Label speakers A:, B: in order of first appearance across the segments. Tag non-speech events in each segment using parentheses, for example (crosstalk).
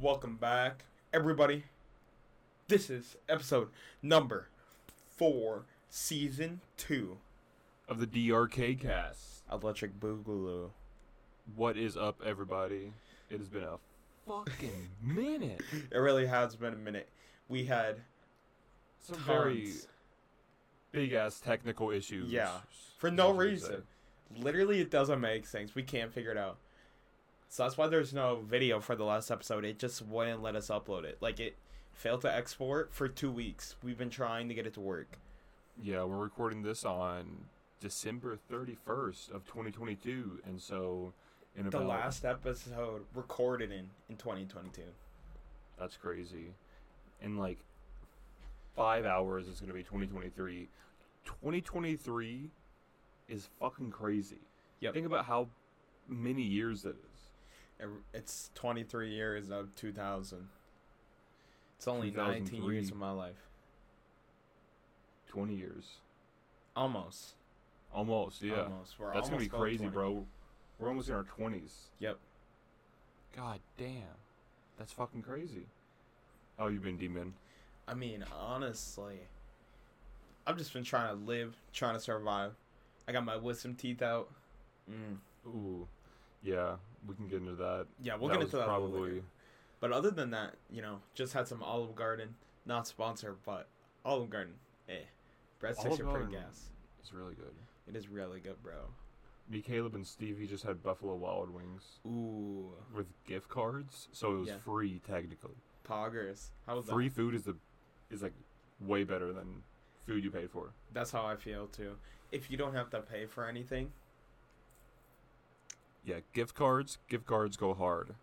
A: Welcome back, everybody. This is episode number four, season two.
B: of the DRK cast.
A: Electric Boogaloo.
B: What is up, everybody? It has been a fucking minute.
A: It really has been a minute. We had
B: Some very
A: Tons.
B: big ass technical issues.
A: Yeah, for no
B: That's what they
A: reason. Literally, it doesn't make sense. We can't figure it out. So that's why there's no video for the last episode. It just wouldn't let us upload it. Like it failed to export for two weeks. We've been trying to get it to work.
B: say. Yeah, we're recording this on December 31st of 2022, and so in
A: The
B: about
A: last episode recorded in in 2022.
B: that's crazy. In like five hours, it's gonna be 2023. 2023 is fucking crazy.
A: Yep.
B: Think about how many years that is.
A: It- It's 23 years of 2000. It's only 19 years
B: 2003.
A: of my life.
B: Twenty years.
A: Almost.
B: Almost, yeah.
A: Almost. Um, We're
B: That's gonna
A: almost
B: be
A: going
B: crazy,
A: 20.
B: bro. We're almost in our twenties.
A: Yep.
B: God damn, that's fucking crazy. How you been, D-Man?
A: I mean, honestly, I've just been trying to live, trying to survive. I got my wisdom teeth out. Mm.
B: Ooh, yeah. We can get into that.
A: Yeah, we'll
B: that
A: get
B: was
A: into that a little
B: probably.
A: later. But other than that, you know, just had some Olive Garden. Not sponsored, but Olive Garden. Eh. Breadsticks
B: Olive
A: are pretty
B: Garden.
A: gas.
B: It's really good.
A: It is really good, bro.
B: Me, Caleb, and Stevie just had Buffalo Wild Wings
A: Ooh.
B: with gift cards, so it was
A: Yeah.
B: free technically.
A: Poggers. How was that?
B: Free food is the is like way better than food you paid for.
A: That's how I feel too. If you don't have to pay for anything,
B: Yeah, gift cards. Gift cards go hard.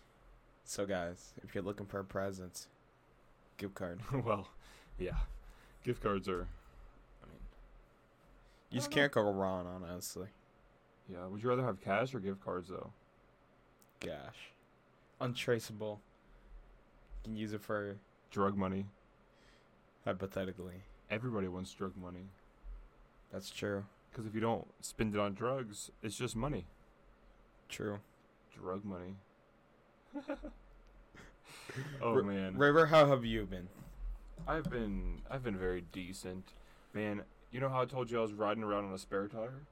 B: (laughs)
A: so guys, if you're looking for presents, gift card.
B: well, yeah, gift cards are. I mean,
A: You just
B: don't know.
A: can't go wrong, honestly.
B: Yeah, would you rather have cash or gift cards though?
A: Gosh, untraceable. You can use it for
B: Drug money.
A: hypothetically.
B: Everybody wants drug money.
A: That's true.
B: Because if you don't spend it on drugs, it's just money.
A: True.
B: Drug money. (laughs) oh
A: R-
B: man.
A: River, how have you been?
B: I've been I've been very decent. Man, you know how I told you I was riding around on a spare tire?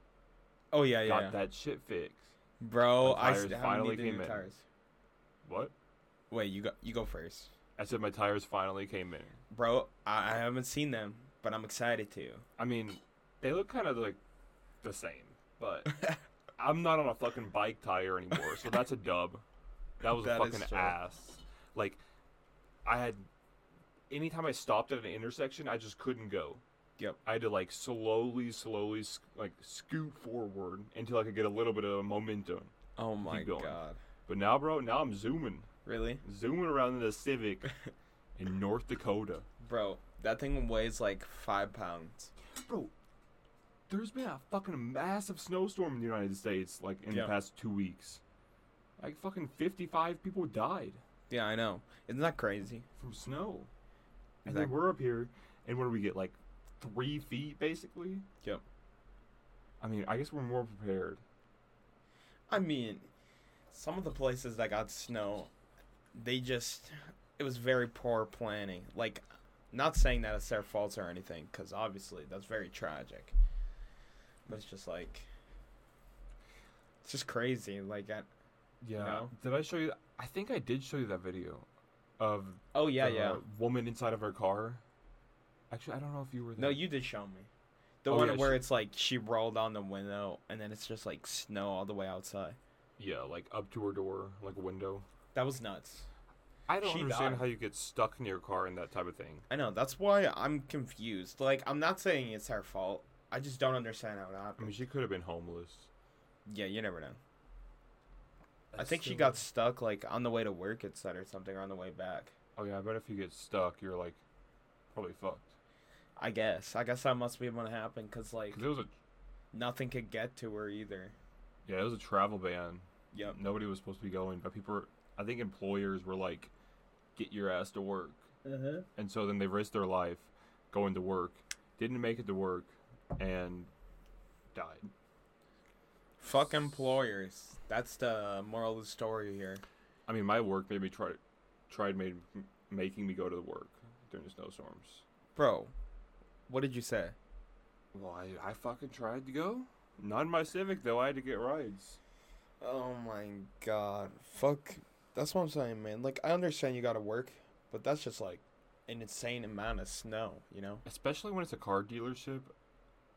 A: Oh yeah, yeah,
B: Got
A: yeah.
B: that shit fixed.
A: bro. I
B: The tires
A: st- haven't
B: finally
A: needed new
B: came in.
A: tires.
B: What?
A: Wait, you go. You go first,
B: I said my tires finally came in.
A: bro. I, I haven't seen them, but I'm excited to. (laughs)
B: I mean, they look kind of like the same, but I'm not on a fucking bike tire anymore, so that's a dub. That was
A: That
B: a
A: is
B: fucking
A: true.
B: ass. Like, I had. Anytime I stopped at an intersection, I just couldn't go.
A: Yep.
B: I had to like slowly, slowly, sc- like scoot forward until I could get a little bit of momentum.
A: Oh my
B: going.
A: god.
B: But now, bro, now I'm zooming,
A: Really,
B: zooming around in
A: (laughs)
B: the Civic in North Dakota.
A: bro? That thing weighs like five pounds.
B: Bro, there's been a fucking massive snowstorm in the United States like in
A: Yeah.
B: the past two weeks. Like fucking 55 people died
A: Yeah, I know. Isn't that crazy?
B: from snow. And
A: Exact-
B: then we're up here, and what do we get? Like three feet, basically?
A: Yep.
B: I mean, I guess we're more prepared.
A: I mean, some of the places that got snow, they just it was very poor planning. Like, not saying that it's their faults or anything, because obviously that's very tragic. But it's just like it's just crazy. Like, I,
B: Yeah.
A: No?
B: Did I show you? I think I did show you that video of
A: oh yeah,
B: the
A: yeah.
B: woman inside of her car. Actually, I don't know if you were there.
A: No, you did show me the
B: Oh,
A: one
B: yeah,
A: where
B: she-
A: it's like she rolled on the window and then it's just like snow all the way outside.
B: Yeah, like up to her door, like a window.
A: That was nuts.
B: I don't
A: She
B: understand
A: died.
B: how you get stuck in your car and that type of thing.
A: I know. That's why I'm confused. Like, I'm not saying it's her fault. I just don't understand how it
B: I
A: happened.
B: mean, she could have been homeless.
A: Yeah, you never know. I think she got stuck like on the way to work, it said, or something, or on the way back.
B: Oh yeah, I bet if you get stuck, you're like probably fucked.
A: I guess. I guess that must be what happened, cause like
B: Cause it was a
A: nothing could get to her either.
B: yeah, it was a travel ban.
A: Yep.
B: Nobody was supposed to be going, but people, were, I think employers were like, get your ass to work,
A: Uh-huh.
B: and so then they risked their life going to work, didn't make it to work, and died.
A: Fuck employers. That's the moral of the story here.
B: I mean, my work made me try tried made, m- making me go to the work during the snowstorms.
A: Bro, what did you say?
B: Well, I, I fucking tried to go. Not in my Civic though. I had to get rides.
A: Oh my god. Fuck. That's what I'm saying, man. Like, I understand you gotta work, but that's just like an insane amount of snow, you know?
B: especially when it's a car dealership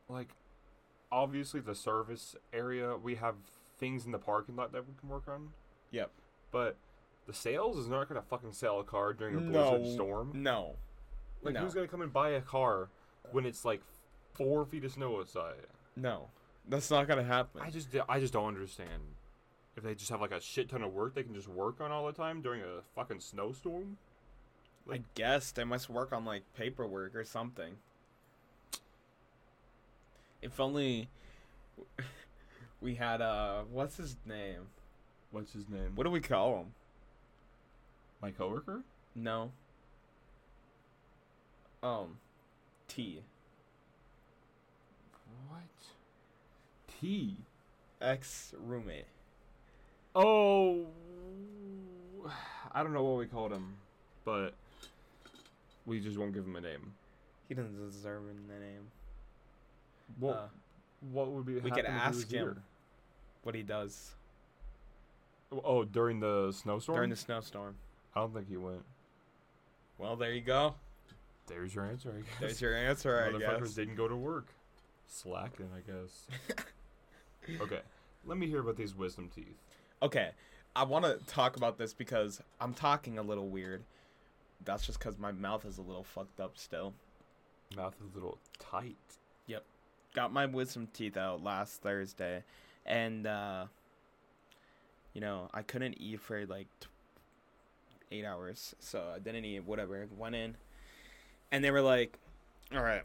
B: like obviously the service area we have things in the parking lot that we can work on
A: Yep.
B: but the sales is not gonna fucking sell a car during a
A: No.
B: blizzard storm
A: No.
B: like
A: no.
B: who's gonna come and buy a car when it's like four feet of snow outside
A: No. That's not gonna happen.
B: i just i just don't understand if they just have like a shit ton of work they can just work on all the time during a fucking snowstorm
A: I guess they must work on like paperwork or something. If only (laughs) we had uh what's his name?
B: what's his name
A: What do we call him?
B: my coworker
A: No. Um T.
B: what t
A: Ex roommate.
B: Oh, I don't know what we called him, but we just won't give him a name.
A: He doesn't deserve a name.
B: What
A: Uh,
B: What would be?
A: we could
B: happen if he was
A: ask him.
B: here?
A: what he does
B: Oh, during the snowstorm.
A: during the snowstorm.
B: I don't think he went.
A: Well, there you go.
B: There's your answer. I guess.
A: There's your answer, I
B: Motherfuckers
A: guess.
B: didn't go to work. Slacking, I
A: (laughs)
B: guess. okay, let me hear about these wisdom teeth.
A: Okay, I want to talk about this because I'm talking a little weird. That's just because my mouth is a little fucked up still.
B: Mouth is a little tight.
A: Got my wisdom teeth out last Thursday, and uh, you know I couldn't eat for like t- eight hours, so I didn't eat. Whatever, went in, and they were like, "All right,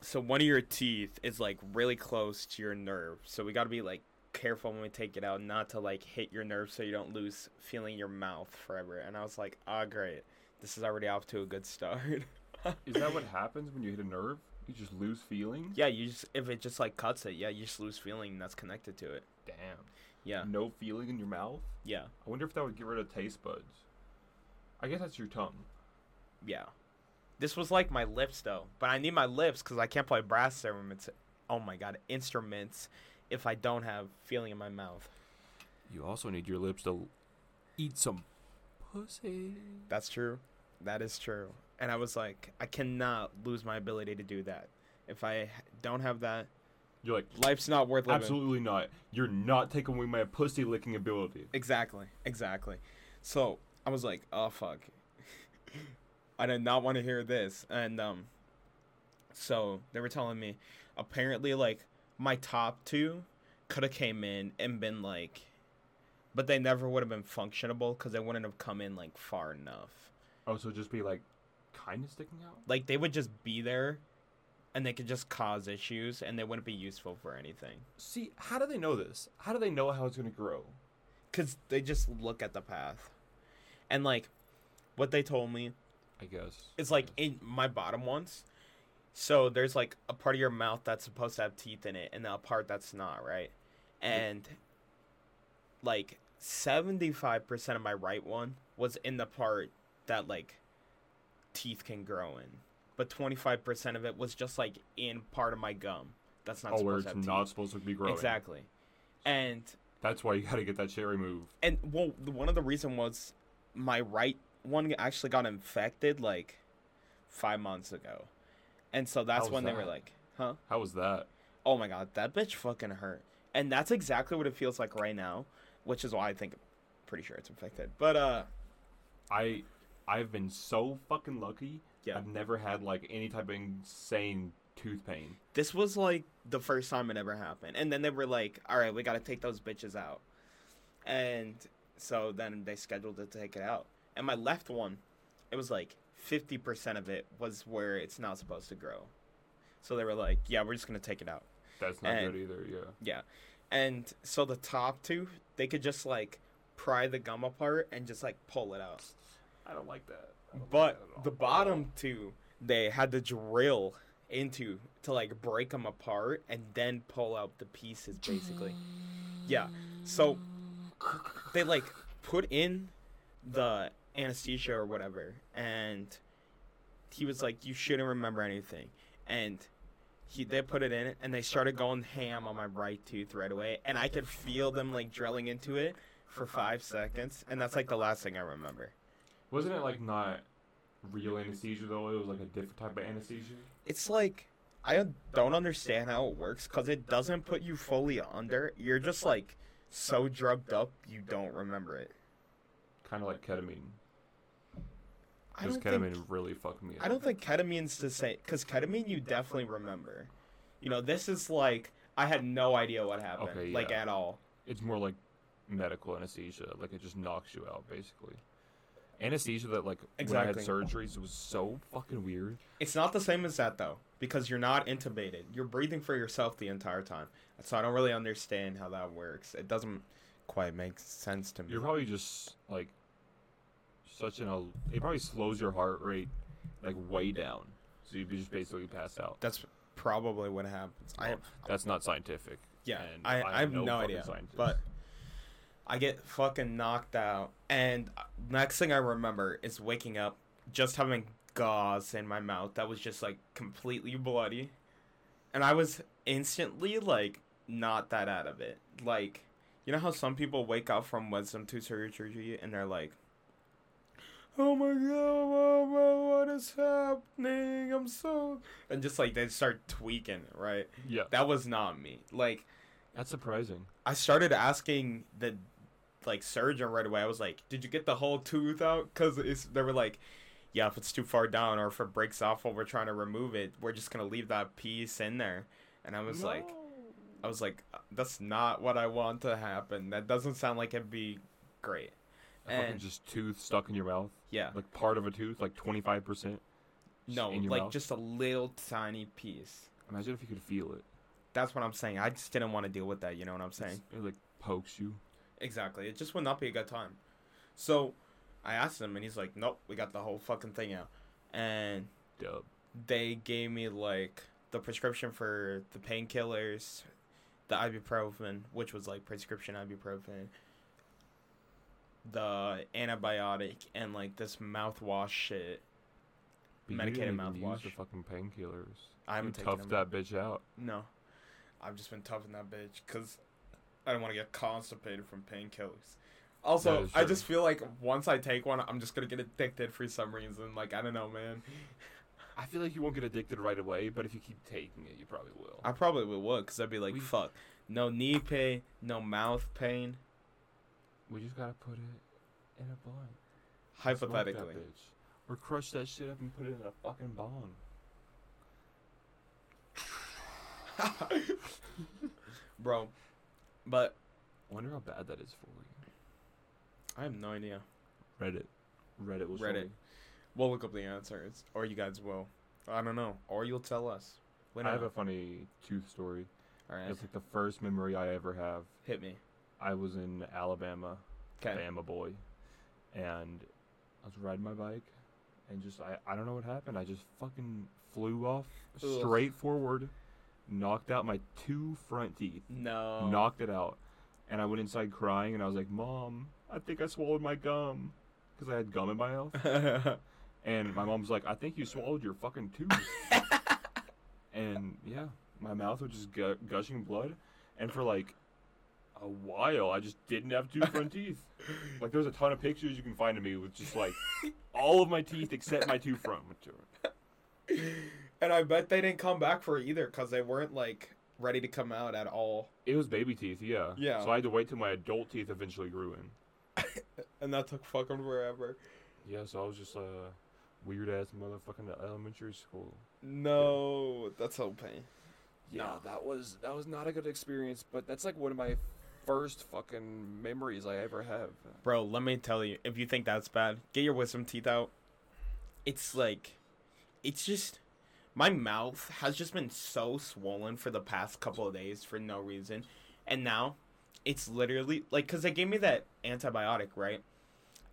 A: so one of your teeth is like really close to your nerve, so we got to be like careful when we take it out, not to like hit your nerve, so you don't lose feeling your mouth forever." And I was like, "Ah, great, this is already off to a good (laughs) start."
B: Is that what happens when you hit a nerve? You just lose feeling.
A: yeah, you just if it just like cuts it, yeah, you just lose feeling that's connected to it.
B: Damn.
A: Yeah,
B: No feeling in your mouth.
A: yeah,
B: I wonder if that would get rid of taste buds. I guess that's your tongue.
A: yeah. This was like my lips though, but I need my lips because I can't play brass instruments. Oh my god, instruments! If I don't have feeling in my mouth,
B: You also need your lips to eat some pussy.
A: that's true. That is true. And I was like, I cannot lose my ability to do that. If I don't have that,
B: You're like,
A: life's not worth living.
B: absolutely not. You're not taking away my pussy licking ability.
A: Exactly, exactly. So I was like, oh fuck. I did not want to hear this. And um so they were telling me apparently like my top two could have came in and been like but they never would have been functionable because they wouldn't have come in like far enough.
B: Oh, so just be like, kind of sticking out.
A: Like they would just be there and they could just cause issues and they wouldn't be useful for anything.
B: See, how do they know this? How do they know how it's gonna grow?
A: Cause they just look at the path. And like what they told me
B: I guess
A: It's like in my bottom ones. So there's like a part of your mouth that's supposed to have teeth in it, and a part that's not, right? And like seventy five percent of my right one was in the part that like teeth can grow in, but twenty five percent of it was just like in part of my gum that's not
B: oh, where
A: supposed
B: it's
A: to have
B: not
A: teeth.
B: supposed to be growing.
A: Exactly, and
B: That's why you gotta get that shit removed.
A: and well the- one of the reason was my right one actually got infected like five months ago and so that's
B: How's
A: when they were
B: that?
A: like huh
B: How was that?
A: oh my god that bitch fucking hurt and that's exactly what it feels like right now which is why i think pretty sure it's infected but uh
B: I, I've been so fucking lucky.
A: Yeah.
B: I've never had like any type of insane tooth pain.
A: this was like the first time it ever happened and then they were like all right we gotta take those bitches out and so then they scheduled to take it out and my left one it was like 50% of it was where it's not supposed to grow so they were like yeah we're just gonna take it out
B: That's not
A: And-
B: good either. Yeah.
A: yeah and so the top two they could just like pry the gum apart and just like pull it out
B: I don't like that. I don't
A: But
B: like that at
A: the
B: all.
A: bottom two, they had to drill into to like break them apart and then pull out the pieces, basically. Yeah. So they like put in the anesthesia or whatever, and he was like, "You shouldn't remember anything," and he they put it in, and they started going ham on my right tooth right away, and I could feel them like drilling into it for five seconds, and that's like the last thing I remember.
B: Wasn't it like not real anesthesia though? It was like a different type of anesthesia.
A: It's like I don't understand how it works because it doesn't put you fully under. You're just like so drugged up you don't remember it.
B: Kind of like ketamine.
A: I
B: Because
A: don't
B: ketamine
A: think
B: really fucked me up.
A: I don't think ketamine's the same because ketamine you definitely remember. You know, this is like I had no idea what happened,
B: Okay,
A: like
B: yeah.
A: at all.
B: It's more like medical anesthesia. Like it just knocks you out basically. Anesthesia that like
A: Exactly.
B: when I had surgeries was so fucking weird.
A: It's not the same as that though, because you're not intubated. You're breathing for yourself the entire time. So I don't really understand how that works. It doesn't quite make sense to me.
B: You're probably just like such an al- it probably slows your heart rate like way down. So you just basically pass out.
A: That's probably what happens. I
B: That's not scientific.
A: yeah,
B: and
A: I, I have no,
B: fucking
A: idea,
B: scientist.
A: but I get fucking knocked out, and next thing I remember is waking up just having gauze in my mouth that was just like completely bloody, and I was instantly like not that out of it. Like you know how some people wake up from wisdom tooth surgery and they're like. Oh my god, oh my- what is happening? I'm so. And just like they start tweaking, right?
B: yeah,
A: That was not me. Like,
B: that's surprising.
A: I started asking the like surgeon right away. I was like, "Did you get the whole tooth out?" Because they were like, "Yeah, if it's too far down or if it breaks off while we're trying to remove it, we're just gonna leave that piece in there." And I was like, "I was like, "Uh, that's not what I want to happen. That doesn't sound like it'd be great."
B: A fucking
A: and-
B: just tooth stuck in your mouth,
A: Yeah,
B: like part of a tooth, like twenty five percent.
A: no,
B: in your
A: like
B: mouth?
A: just a little tiny piece.
B: Imagine if you could feel it.
A: That's what I'm saying. I just didn't want to deal with that. You know what I'm
B: It's-
A: saying?
B: It like pokes you.
A: Exactly. It just would not be a good time. So I asked him, and he's like, "Nope, we got the whole fucking thing out." And
B: Dub.
A: they gave me like the prescription for the painkillers, the ibuprofen, which was like prescription ibuprofen, the antibiotic, and like this mouthwash shit.
B: But
A: Medicated
B: you didn't even Use
A: mouthwash.
B: the fucking painkillers.
A: I
B: You
A: haven't taken them.
B: toughed that bitch out.
A: No, I've just been toughing that bitch because I don't want to get constipated from painkillers. Also,
B: is
A: I
B: true.
A: just feel like once I take one, I'm just gonna get addicted for some reason. Like I don't know, man.
B: I feel like you won't get addicted right away, but if you keep taking it, you probably will.
A: I probably would, because I'd be like,
B: We-
A: fuck, no knee pain, no mouth pain.
B: we just gotta put it in a bong. Smoke that
A: Hypothetically,
B: bitch. Or crush that shit up and put it in a fucking bong.
A: (laughs) bro. But
B: Wonder how bad that is for you.
A: I have no idea.
B: Reddit. Reddit was
A: Reddit. We'll look up the answers, or you guys will. I don't know, or you'll tell us. We
B: I
A: don't
B: have a
A: know.
B: funny tooth story.
A: All right,
B: It's like the first memory I ever have.
A: hit me.
B: I was in Alabama,
A: Okay.
B: Bama boy, and I was riding my bike, and just I, I don't know what happened. I just fucking flew off
A: Ugh.
B: straight forward, knocked out my two front teeth,
A: No.
B: knocked it out, and I went inside crying, and I was like, "Mom, I think I swallowed my gum," because I had gum in my mouth.
A: (laughs)
B: And my mom's like, I think you swallowed your fucking
A: (laughs)
B: tooth. and yeah, my mouth was just gu- gushing blood. And for like a while, I just didn't have two front teeth. Like, there's a ton of pictures you can find of me with just (laughs) like all of my teeth except my two front. ones.
A: And I bet they didn't come back for it either because they weren't like ready to come out at all.
B: It was baby teeth, yeah.
A: Yeah.
B: So I had to wait till my adult teeth eventually grew in.
A: And that took fucking forever.
B: Yeah, so I was just a weird ass motherfucking elementary school.
A: No, that's so pain.
B: Yeah,
A: No.
B: that was that was not a good experience, but that's like one of my first fucking memories I ever have.
A: Bro, let me tell you, if you think that's bad, get your wisdom teeth out. It's like, it's just, my mouth has just been so swollen for the past couple of days for no reason. And now, it's literally, like, because they gave me that antibiotic, right?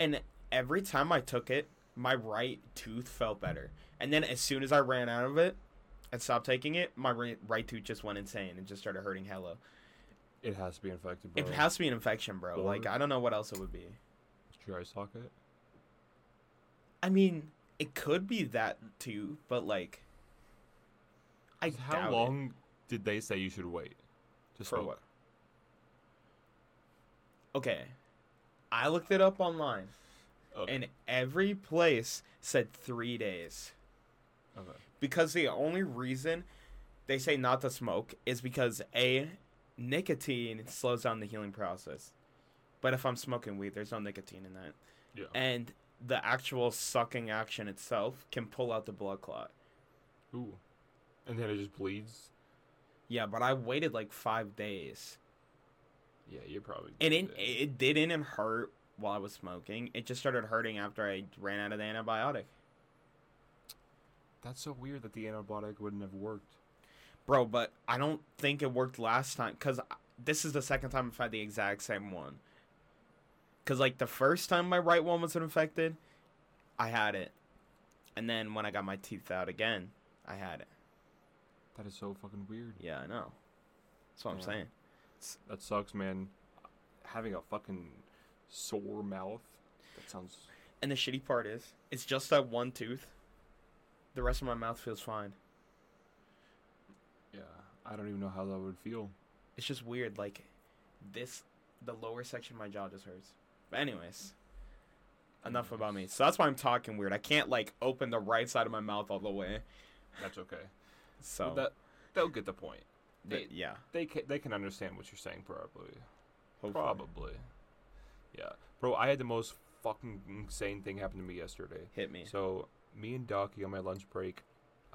A: And every time I took it, my right tooth felt better. And then as soon as I ran out of it and stopped taking it, my ri- right tooth just went insane and just started hurting hella.
B: It has to be infected, bro.
A: It has to be an infection, bro.
B: Or-
A: Like, I don't know what else it would be.
B: dry socket.
A: I mean, it could be that too, but like, I
B: How
A: doubt
B: long did they say you should wait?
A: it.
B: Just
A: for what? Okay, I looked it up online,
B: Okay.
A: and every place said three days
B: okay.
A: because the only reason they say not to smoke is because a nicotine slows down the healing process. But if I'm smoking weed, there's no nicotine in that.
B: Yeah.
A: and the actual sucking action itself can pull out the blood clot.
B: Ooh. And then it just bleeds.
A: Yeah, but I waited like five days,
B: Yeah, you're probably.
A: and it
B: good then.
A: it didn't hurt while I was smoking. It just started hurting after I ran out of the antibiotic.
B: That's so weird that the antibiotic wouldn't have worked.
A: Bro, but I don't think it worked last time because this is the second time I've had the exact same one. Because, like, the first time my right one was infected, I had it. And then when I got my teeth out again, I had it.
B: That is so fucking weird.
A: Yeah, I know. That's what I'm
B: Yeah.
A: saying.
B: That sucks, man. Having a fucking sore mouth. That sounds.
A: And the shitty part is, it's just that one tooth. The rest of my mouth feels fine.
B: Yeah. I don't even know how that would feel.
A: It's just weird. Like, this, the lower section of my jaw just hurts. But, anyways, enough about me. So that's why I'm talking weird. I can't, like, open the right side of my mouth all the way.
B: That's okay.
A: So,
B: that they'll get the point.
A: th-
B: they-
A: yeah.
B: They can they can understand what you're saying probably.
A: Hopefully.
B: Probably. Yeah, bro. I had the most fucking insane thing happen to me yesterday.
A: Hit me.
B: So me and Docky on my lunch break,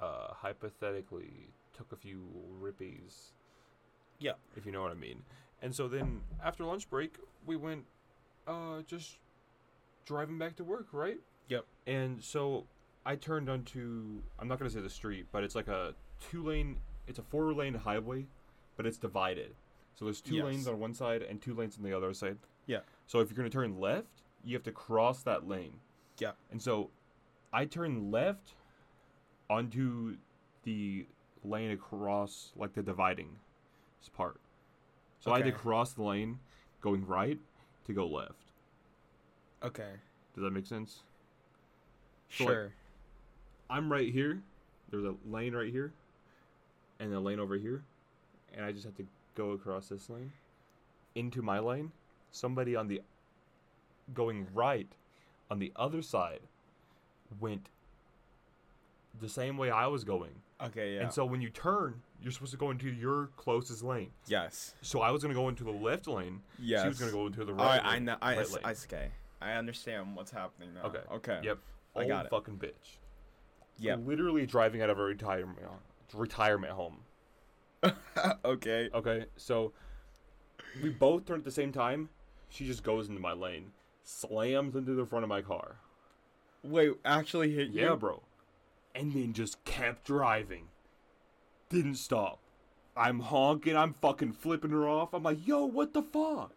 B: uh, hypothetically took a few rippies.
A: Yeah.
B: If you know what I mean. And so then after lunch break, we went, uh, just driving back to work, right?
A: Yep.
B: And so I turned onto I'm not gonna say the street, but it's like a two lane. It's a four lane highway, but it's divided. So there's two
A: Yes.
B: lanes on one side and two lanes on the other side.
A: Yeah.
B: So if you're gonna turn left, you have to cross that lane.
A: Yeah.
B: And so I turn left onto the lane across like the dividing s- part. So I had to
A: Okay.
B: cross the lane going right to go left.
A: Okay.
B: Does that make sense? So, like-
A: Sure.
B: I'm right here. There's a lane right here, and a lane over here, and I just have to go across this lane into my lane. Somebody on the going right on the other side went the same way I was going,
A: okay, yeah.
B: and so when you turn, you're supposed to go into your closest lane.
A: yes.
B: So I was gonna go into the left lane.
A: Yes.
B: She was gonna go into the right.
A: All right,
B: lane,
A: I know. I,
B: right
A: s-
B: lane.
A: I, s- okay. I understand what's happening now.
B: Okay.
A: Okay.
B: Yep.
A: I
B: Old
A: got it.
B: fucking bitch.
A: Yep.
B: Literally driving out of a retirement retirement home.
A: (laughs) okay.
B: Okay, so we both turn at the same time. She just goes into my lane, slams into the front of my car.
A: Wait, actually hit you?
B: Yeah, bro. And then just kept driving. Didn't stop. I'm honking. I'm fucking flipping her off. I'm like, yo, what the fuck?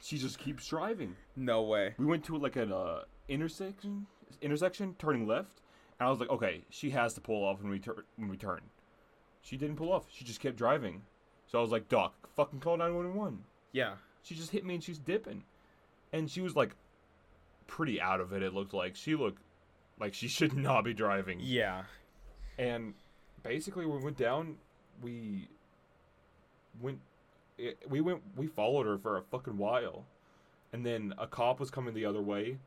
B: She just keeps driving.
A: No way.
B: We went to like an uh, intersection, intersection, turning left, and I was like, okay, she has to pull off when we turn. When we turn, she didn't pull off. She just kept driving. So I was like, Doc, fucking call nine one one.
A: Yeah.
B: She just hit me and she's dipping, and she was like, pretty out of it. It looked like she looked like she (laughs) should not be driving.
A: Yeah.
B: And basically, we went down. We went. It, we went. We followed her for a fucking while, and then a cop was coming the other way,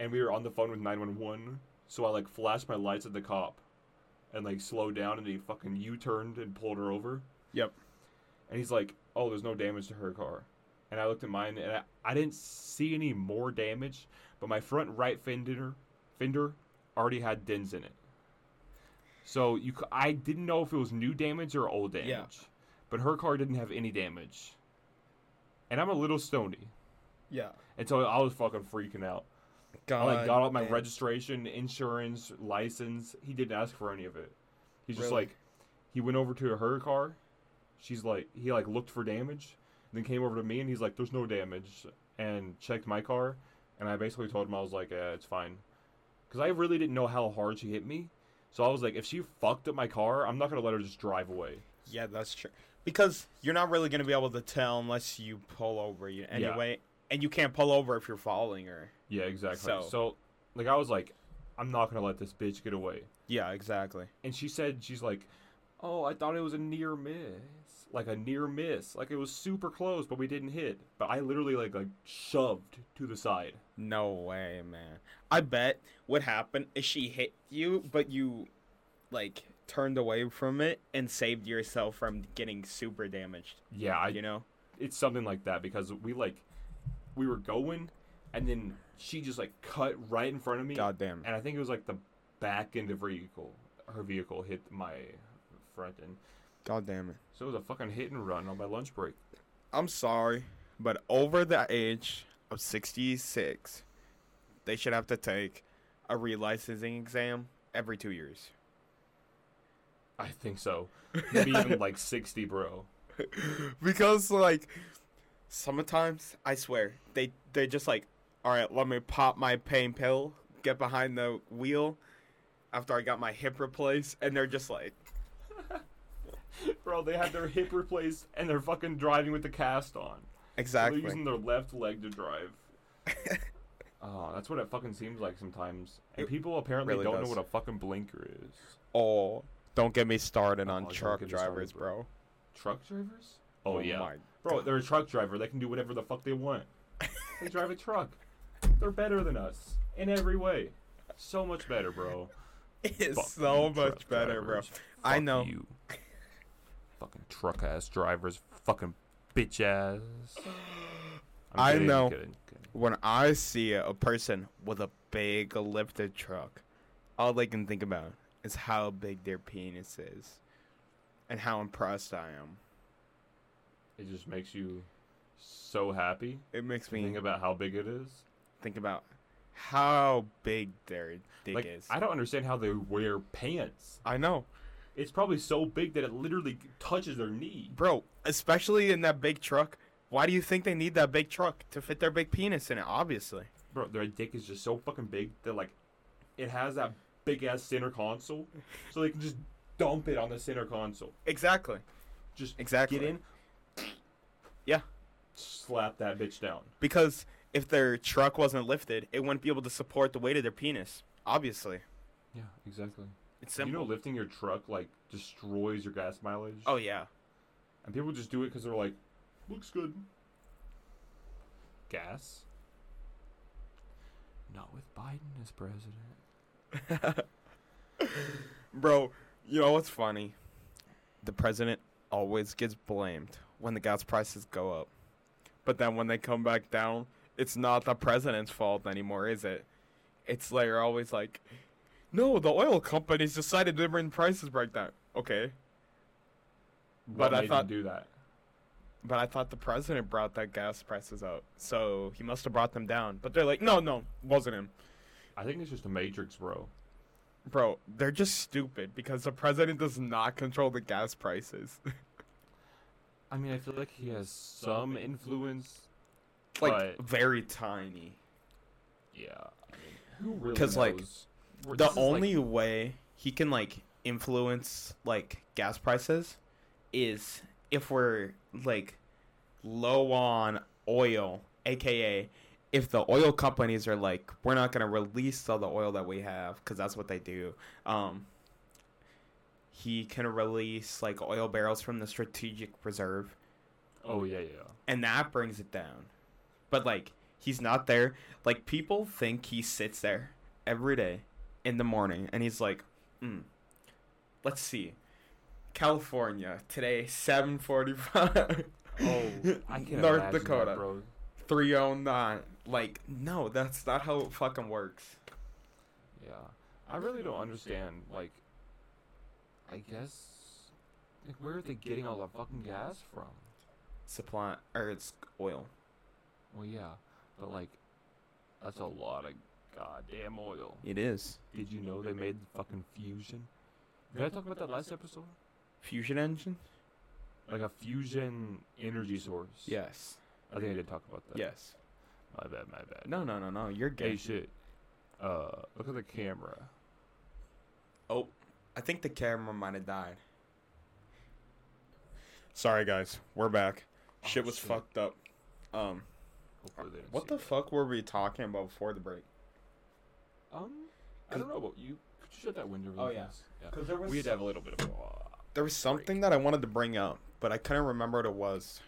B: and we were on the phone with nine one one. So I like flashed my lights at the cop, and like slowed down, and he fucking U turned and pulled her over.
A: Yep.
B: And he's like, "Oh, there's no damage to her car." And I looked at mine, and I, I didn't see any more damage, but my front right fender fender already had dents in it. So you, c- I didn't know if it was new damage or old damage,
A: Yeah.
B: but her car didn't have any damage. And I'm a little stony,
A: Yeah.
B: and so I was fucking freaking out. I like got out my
A: Uh, damn.
B: registration, insurance, license. He didn't ask for any of it. He's just
A: Really?
B: like, he went over to her car. She's like, he like looked for damage, then came over to me and he's like, "There's no damage," and checked my car, and I basically told him I was like, "Yeah, it's fine," because I really didn't know how hard she hit me. So I was like, if she fucked up my car, I'm not gonna let her just drive away.
A: Yeah, that's true. Because you're not really gonna be able to tell unless you pull over you anyway, and you can't pull over if you're following her.
B: Yeah, exactly.
A: So-
B: So, like, I was like, I'm not gonna let this bitch get away.
A: Yeah, exactly.
B: And she said, she's like, oh, I thought it was a near miss, like a near miss, like it was super close, but we didn't hit. But I literally like like shoved to the side.
A: No way, man. I bet what happened is she hit you, but you like turned away from it and saved yourself from getting super damaged.
B: Yeah, I,
A: you know?
B: it's something like that because we like we were going, and then she just like cut right in front of me,
A: God damn.
B: and I think it was like the back end of her vehicle. Her vehicle hit my front end,
A: God damn it.
B: so it was a fucking hit and run on my lunch break.
A: I'm sorry, but over the age of 66, they should have to take a relicensing exam every 2 years.
B: I think so, maybe (laughs) even like sixty, bro.
A: because like sometimes I swear they they just like all right, let me pop my pain pill, get behind the wheel after I got my hip replaced and they're just like
B: Bro, they had their hip replaced and they're fucking driving with the cast on. So They're using
A: exactly.
B: their left leg to drive.
A: (laughs)
B: Oh, that's what it fucking seems like sometimes. And
A: It
B: people apparently
A: really
B: don't
A: does.
B: know what a fucking blinker is.
A: Oh, don't get me started on
B: Oh, don't
A: truck
B: get me started,
A: drivers,
B: bro.
A: bro. (laughs)
B: Truck drivers? Oh, yeah.
A: my
B: Bro,
A: God.
B: they're a truck driver. They can do whatever the fuck they want. they drive a truck. They're better than us in every way. So much better, bro.
A: It is
B: Fuck
A: so
B: you,
A: much
B: truck
A: better, bro.
B: drivers.
A: I
B: Fuck
A: know.
B: You. fucking truck ass drivers, fucking bitch ass. I'm
A: I
B: kidding,
A: know.
B: kidding, kidding.
A: When I see a person with a big lifted truck, all they can think about is how big their penis is and how impressed I am.
B: It just makes you so happy.
A: It makes me
B: Think about how big it is.
A: think about how big their dick
B: like
A: is.
B: I don't understand how they wear pants.
A: I know,
B: It's probably so big that it literally touches their knee.
A: bro. Especially in that big truck. Why do you think they need that big truck to fit their big penis in it? Obviously.
B: Bro, their dick is just so fucking big that like it has that big ass center console, so they can just dump it on the center console.
A: Exactly.
B: Just
A: Exactly.
B: get in.
A: Yeah.
B: Slap that bitch down.
A: Because if their truck wasn't lifted, it wouldn't be able to support the weight of their penis. Obviously.
B: Yeah, exactly.
A: It's
B: You
A: simple.
B: know, lifting your truck like destroys your gas mileage.
A: oh yeah.
B: And people just do it because they're like, looks good. Gas? Not with Biden as president.
A: Bro, you know what's funny? The president always gets blamed when the gas prices go up. But then when they come back down, it's not the president's fault anymore, is it? It's like you're always like, no, the oil companies decided to bring prices back down. Okay, But
B: What
A: I
B: made them
A: thought-
B: do that.
A: but I thought the president brought that gas prices up, so he must have brought them down. But they're like, no, no, wasn't him.
B: I think it's just a matrix, bro.
A: Bro, they're just stupid because the president does not control the gas prices. (laughs)
B: I mean, I feel like he has some influence.
A: like
B: But-
A: very tiny.
B: Yeah. I mean, who really
A: 'Cause, like,
B: knows? We're-
A: the
B: this is, like-
A: only way he can like influence like gas prices is if we're like low on oil aka if the oil companies are like we're not going to release all the oil that we have cuz that's what they do um he can release like oil barrels from the strategic reserve
B: oh, yeah, yeah.
A: and that brings it down. But like he's not there. Like people think he sits there every day in the morning and he's like, mm, "Let's see, California today, seven forty-five,
B: Oh, I
A: (laughs)
B: can
A: North
B: imagine that,
A: Dakota.
B: bro.
A: three oh nine. Like no, that's not how it fucking works.
B: Yeah. I really don't understand, like, I guess, like, where are they getting all the fucking gas from?
A: Supply or it's oil.
B: Well, yeah, but like, that's a lot of goddamn oil.
A: It is
B: Did you know they made fucking fusion? Did I talk about that last episode?
A: fusion engine.
B: Like a fusion energy source.
A: Yes.
B: I think I did talk about that.
A: Yes.
B: My bad, my bad.
A: No, no, no, no. You're
B: Hey,
A: gay.
B: shit. Uh, look at the camera.
A: Oh, I think the camera might have died. Sorry, guys. We're back.
B: Oh,
A: shit was
B: shit.
A: fucked up. Um,
B: Hopefully they didn't
A: what
B: see
A: the fuck were we talking about before the break?
B: that. Um, I don't know about you. Could you shut that window? Really
A: Oh, yeah.
B: fast?
A: Because there
B: yeah.
A: was
B: We had to have a little bit of.
A: there was something that I wanted to bring up, but I couldn't remember what it was.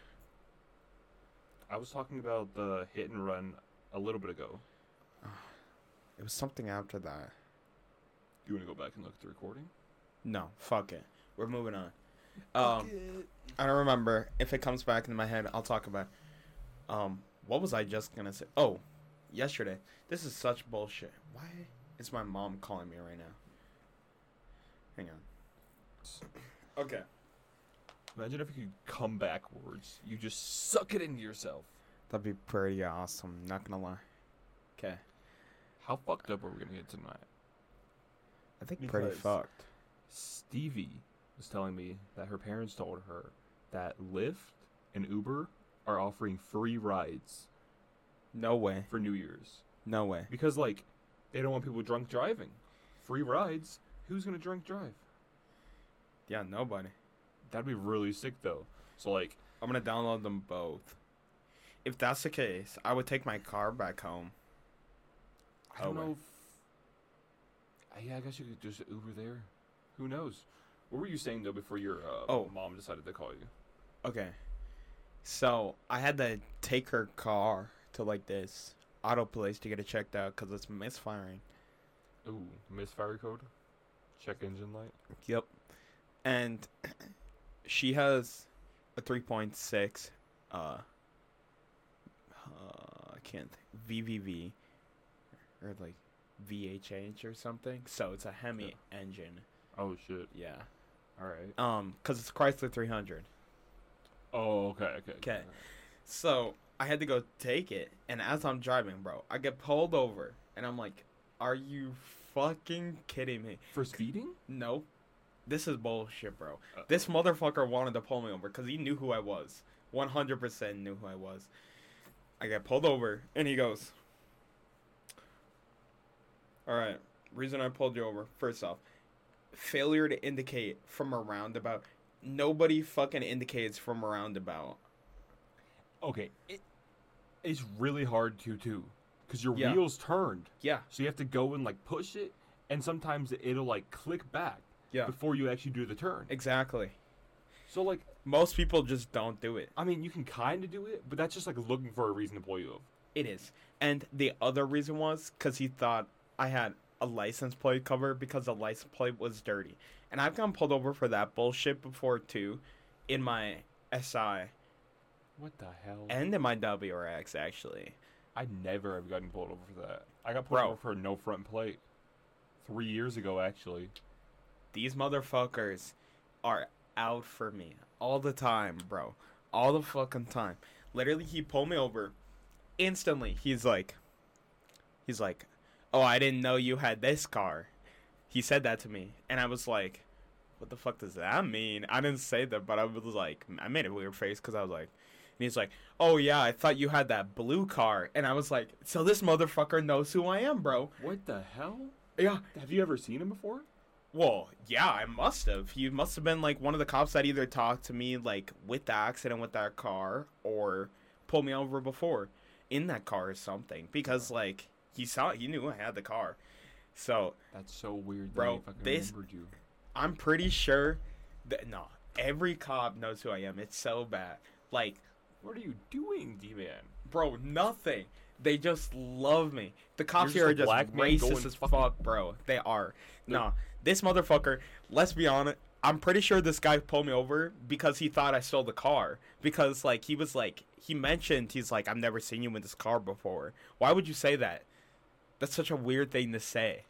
B: I was talking about the hit and run a little bit ago.
A: It was something after that.
B: You want to go back and look at the recording?
A: No, fuck it. We're moving on. Um, I don't remember. If it comes back into my head, I'll talk about. it. Um, what was I just gonna say? Oh, yesterday. This is such bullshit. Why is my mom calling me right now? Hang on. Okay.
B: Imagine if you could come backwards. You just suck it into yourself.
A: That'd be pretty awesome. Not gonna lie. Okay.
B: How fucked up are we gonna get tonight?
A: I think pretty
B: Because-
A: fucked.
B: Stevie was telling me that her parents told her that Lyft and Uber are offering free rides
A: No way.
B: for New Year's
A: No way.
B: because like they don't want people drunk driving. Free rides. Who's gonna drunk drive?
A: Yeah, nobody.
B: That'd be really sick though. So like,
A: I'm gonna download them both. If that's the case, I would take my car back home.
B: I don't
A: Oh, wait.
B: know. If... Uh, Yeah, I guess you could just Uber there. Who knows? What were you saying though before your uh,
A: Oh.
B: mom decided to call you?
A: Okay. So I had to take her car to like this auto place to get it checked out because it's misfiring.
B: Ooh, misfire code. Check engine light.
A: Yep. And (clears throat) she has a 3.6 uh, uh I can't think, VVV or like VHH or something. So it's a Hemi engine.
B: Oh shit.
A: Yeah.
B: All right.
A: Um cuz it's Chrysler 300.
B: Oh okay okay.
A: Okay. So I had to go take it, and as I'm driving, bro, I get pulled over, and I'm like, "Are you fucking kidding me?
B: For speeding?
A: Nope, this is bullshit, bro.
B: Uh,
A: This motherfucker wanted to pull me over because he knew who I was. 100% knew who I was. I get pulled over, and he goes, "All right, reason I pulled you over. First off, failure to indicate from a roundabout. Nobody fucking indicates from a roundabout."
B: Okay. It, it's really hard to too, because your
A: Yeah.
B: wheels turned,
A: Yeah,
B: so you have to go and like push it, and sometimes it'll like click back
A: yeah.
B: before you actually do the turn.
A: Exactly.
B: So like,
A: Most people just don't do it.
B: I mean, you can kind of do it, but that's just like looking for a reason to pull you over.
A: It is. And the other reason was because he thought I had a license plate cover because the license plate was dirty. And I've gotten pulled over for that bullshit before too in my SI
B: What the hell?
A: and in my WRX actually.
B: I never have gotten pulled over for that. I got pulled
A: Bro.
B: over for no front plate three years ago, actually.
A: These motherfuckers are out for me all the time, bro. All the fucking time. Literally, he pulled me over. Instantly, he's like, he's like, oh, I didn't know you had this car. He said that to me, and I was like, what the fuck does that mean? I didn't say that, but I was like, I made a weird face because I was like, and he's like, oh yeah, I thought you had that blue car, and I was like, so this motherfucker knows who I am, bro.
B: What the hell?
A: Yeah,
B: Have you ever seen him before?
A: well, yeah, I must have. He must have been like one of the cops that either talked to me like with the accident with that car or pulled me over before in that car or something because like he saw he knew I had the car. So,
B: That's so weird, that
A: Bro,
B: he fucking
A: this-
B: remembered you.
A: I'm pretty sure that no, every cop knows who I am. It's so bad. Like,
B: What are you doing, D man?
A: bro, nothing. They just love me. The cops
B: You're
A: here
B: just a
A: are
B: black
A: just
B: man
A: racist
B: going
A: as
B: fucking-
A: fuck, bro. They are. Nah, this motherfucker. Let's be honest. I'm pretty sure this guy pulled me over because he thought I stole the car. Because like he was like he mentioned he's like I've never seen you in this car before. Why would you say that? That's such a weird thing to say.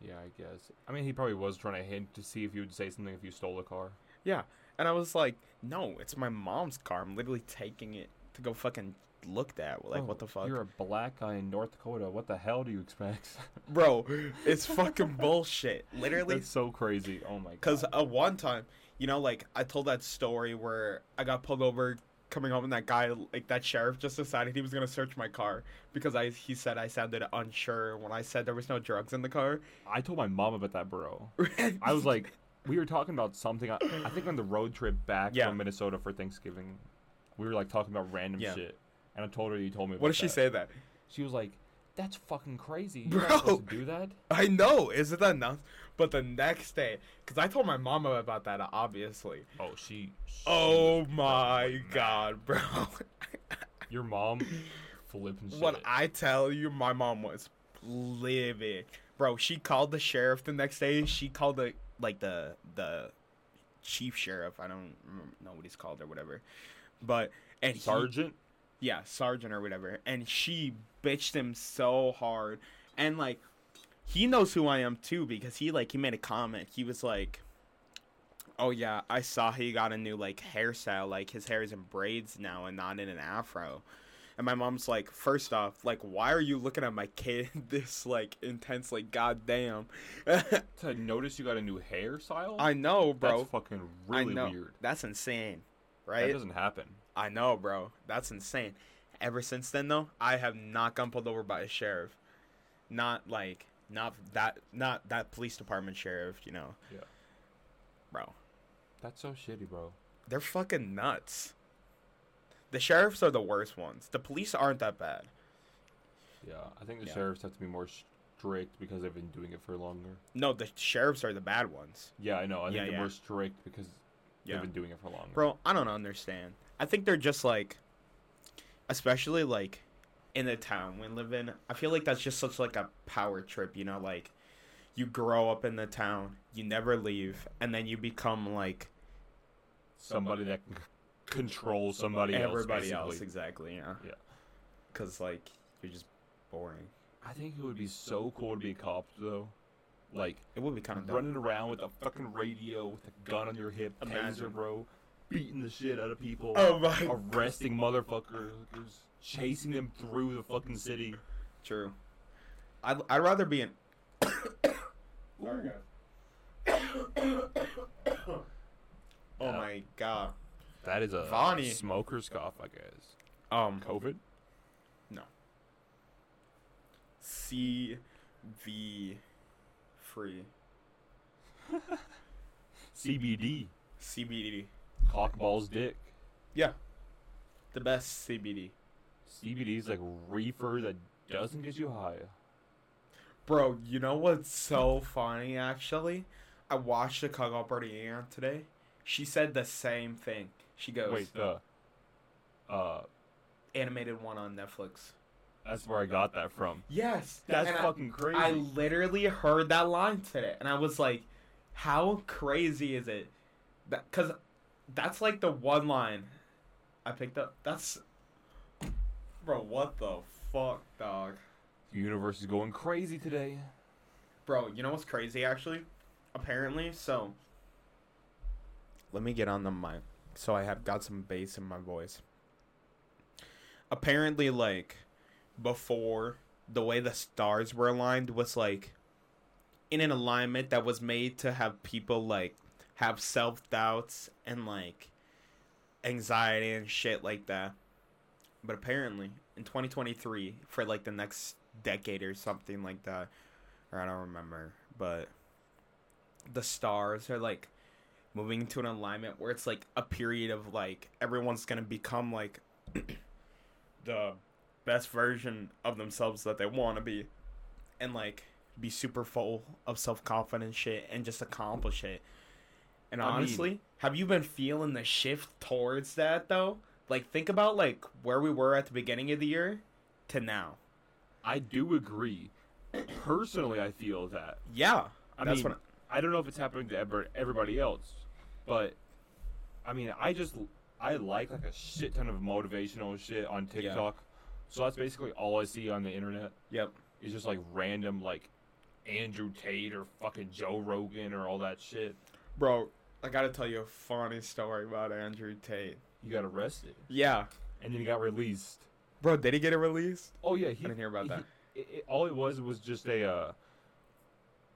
B: Yeah, I guess. I mean, he probably was trying to hint to see if you would say something if you stole a car.
A: Yeah. And I was like, no, it's my mom's car. I'm literally taking it to go fucking looked at. Like,
B: Bro,
A: what the fuck?
B: Oh, You're a black guy in North Dakota. What the hell do you expect? (laughs)
A: Bro, it's fucking bullshit. Literally,
B: That's so crazy. Oh my god.
A: Because uh, one time, you know, like I told that story where I got pulled over coming home, and that guy, like that sheriff, just decided he was gonna search my car because I he said I sounded unsure when I said there was no drugs in the (laughs) car.
B: I told my mom about that, bro. I was like, we were talking about something. I, I think on the road trip back
A: Yeah.
B: from Minnesota for Thanksgiving, we were like talking about random
A: Yeah.
B: shit, and I told her you told me.
A: (laughs) what
B: about
A: did she
B: that.
A: say that?
B: She was like, That's fucking crazy. you
A: Bro.
B: to do that?
A: I know, isn't that nuts? But the next day, because I told my mom about that, obviously.
B: Oh, she. she
A: Oh my god, (laughs) bro.
B: Your mom flipping shit.
A: when I tell you, my mom was livid. Bro, she called the sheriff the next day. She called the, like, the, the chief sheriff. I don't rem- know what he's called or whatever. But, and he,
B: Sergeant?
A: yeah, sergeant or whatever, and she bitched him so hard, and like, he knows who I am too because he like he made a comment. He was like, "Oh yeah, I saw he got a new like hairstyle. Like his hair is in braids now and not in an afro." And my mom's like, first off, like, why are you looking at my kid (laughs) this like intensely? Goddamn, (laughs)
B: To notice you got a new hairstyle?
A: I know,
B: That's
A: bro.
B: fucking really
A: I know.
B: weird.
A: That's insane,
B: That
A: right?
B: doesn't happen.
A: I know, bro. That's insane. Ever since then, though, I have not gotten pulled over by a sheriff. Not like not that not that police department sheriff. You know.
B: Yeah.
A: Bro,
B: That's so shitty, bro.
A: they're fucking nuts. The sheriffs are the worst ones. The police aren't that bad.
B: Yeah, I think the
A: Yeah.
B: sheriffs have to be more strict because they've been doing it for longer.
A: No, the sheriffs are the bad ones.
B: Yeah, I know. I think
A: Yeah,
B: they're
A: yeah.
B: more strict because
A: Yeah.
B: they've been doing it for longer.
A: Bro, I don't understand. I think they're just like, especially like in the town we live in. I feel like that's just such like a power trip, you know? Like, you grow up in the town, you never leave, and then you become like
B: somebody that can c- control somebody
A: everybody
B: else.
A: else,
B: basically.
A: exactly. Yeah.
B: Yeah.
A: Because like you're just boring.
B: I think it would be so cool to be a cop, though. Like
A: It would be kind of dumb.
B: running around with a fucking radio, with a gun on your hip, taser,
A: Imagine.
B: bro, beating the shit out of people,
A: Oh my.
B: arresting motherfuckers, chasing them through the fucking city.
A: True. I'd I'd rather be an.
B: Ooh.
A: Oh
B: Yeah.
A: my god.
B: That is a
A: Vonnie.
B: smoker's cough, I guess.
A: Um.
B: COVID?
A: CV free.
B: CBD.
A: CBD.
B: Cockball's dick.
A: Yeah. The best CBD.
B: CBD is like reefer that doesn't get you high.
A: Bro, you know what's so funny actually? I watched the Chicago Party Air today. She said the same thing. She goes,
B: Wait, the. Uh,
A: animated one on Netflix.
B: that's where I got that from.
A: Yes.
B: That's
A: and I-
B: fucking crazy.
A: I literally heard that line today, and I was like, "How crazy is it?" Because that's like the one line I picked up. That's bro. What the fuck, dog?
B: The universe is going crazy today.
A: Bro, you know what's crazy actually? Apparently, so let me get on the mic so I have got some bass in my voice. Apparently, like before, the way the stars were aligned was like in an alignment that was made to have people like have self doubts and like anxiety and shit like that. But apparently, in 2023, for like the next decade or something like that, or I don't remember, but the stars are like moving to an alignment where it's like a period of like everyone's gonna become like (clears throat) the best version of themselves that they want to be, and like be super full of self confidence shit and just accomplish it. And
B: I mean-
A: honestly, have you been feeling the shift towards that though? Like think about like where we were at the beginning of the year to now.
B: I do agree. Personally, I feel that.
A: Yeah,
B: I
A: that's
B: mean,
A: what
B: I don't know if it's happening to ever, everybody else, but I mean, I just I like like a shit ton of motivational shit on TikTok. So that's basically all I see on the internet
A: yep.
B: is just like random like Andrew Tate or fucking Joe Rogan or all that shit.
A: Bro, I gotta tell you a funny story about Andrew Tate.
B: You got arrested
A: Yeah.
B: and then he got released.
A: Bro, did he get it released?
B: Oh yeah, he,
A: I didn't hear about
B: he-
A: that.
B: It, it, all it was was just a. Uh,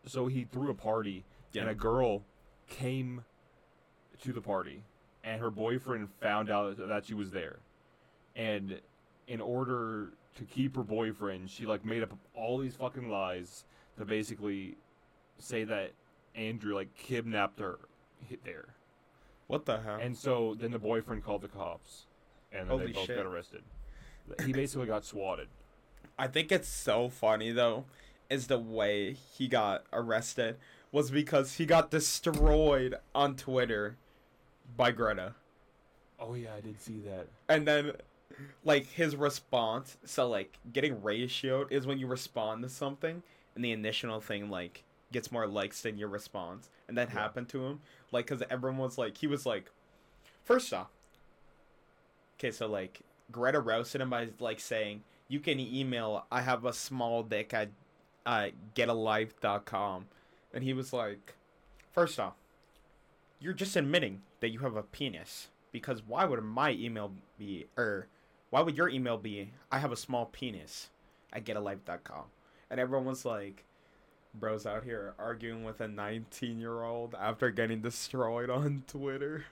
B: so he threw a party, and
A: Yeah.
B: a girl came to the party, and her boyfriend found out that she was there, and in order to keep her boyfriend, she like made up all these fucking lies to basically say that Andrew like kidnapped her hit there,
A: What the hell?
B: and so then the boyfriend called the cops, and then
A: Holy
B: they both
A: shit.
B: got arrested. He basically got swatted.
A: I think it's so funny though, is the way he got arrested was because he got destroyed on Twitter by Greta.
B: Oh yeah, I did see that.
A: And then like his response so like getting ratioed is when you respond to something and the initial thing like gets more likes than your response and that
B: Yeah.
A: happened to him like because everyone was like he was like first off okay so like greta roasted him by like saying you can email i have a small dick at uh, getalife.com and he was like first off you're just admitting that you have a penis because why would my email be or why would your email be i have a small penis at getalife.com and everyone was like bros out here arguing with a 19 year old after getting destroyed on twitter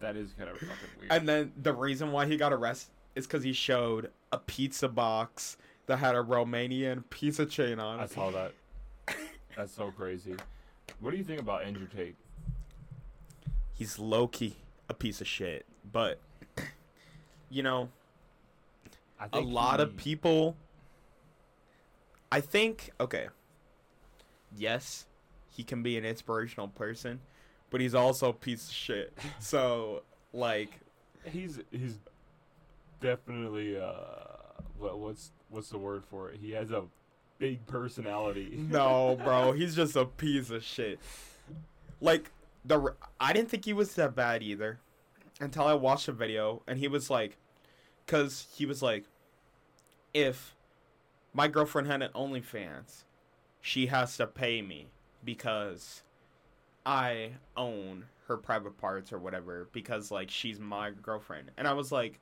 B: That is kind of fucking weird.
A: and then the reason why he got arrested is because he showed a pizza box that had a romanian pizza chain on
B: I
A: it
B: saw that. That's so crazy. What do you think about Andrew Tate?
A: he's low-key a piece of shit but (clears throat) you know
B: I
A: a lot of
B: he-
A: people i think okay yes he can be an inspirational person but he's also a piece of
B: (laughs)
A: shit so like
B: He's he's definitely uh what, what's what's the word for it? He has a big personality.
A: (laughs) no bro he's just a piece of shit like the r- i didn't think he was that bad either until i watched a video and he was like because he was like if my girlfriend had an onlyfans she has to pay me because I own her private parts or whatever because like she's my girlfriend. And I was like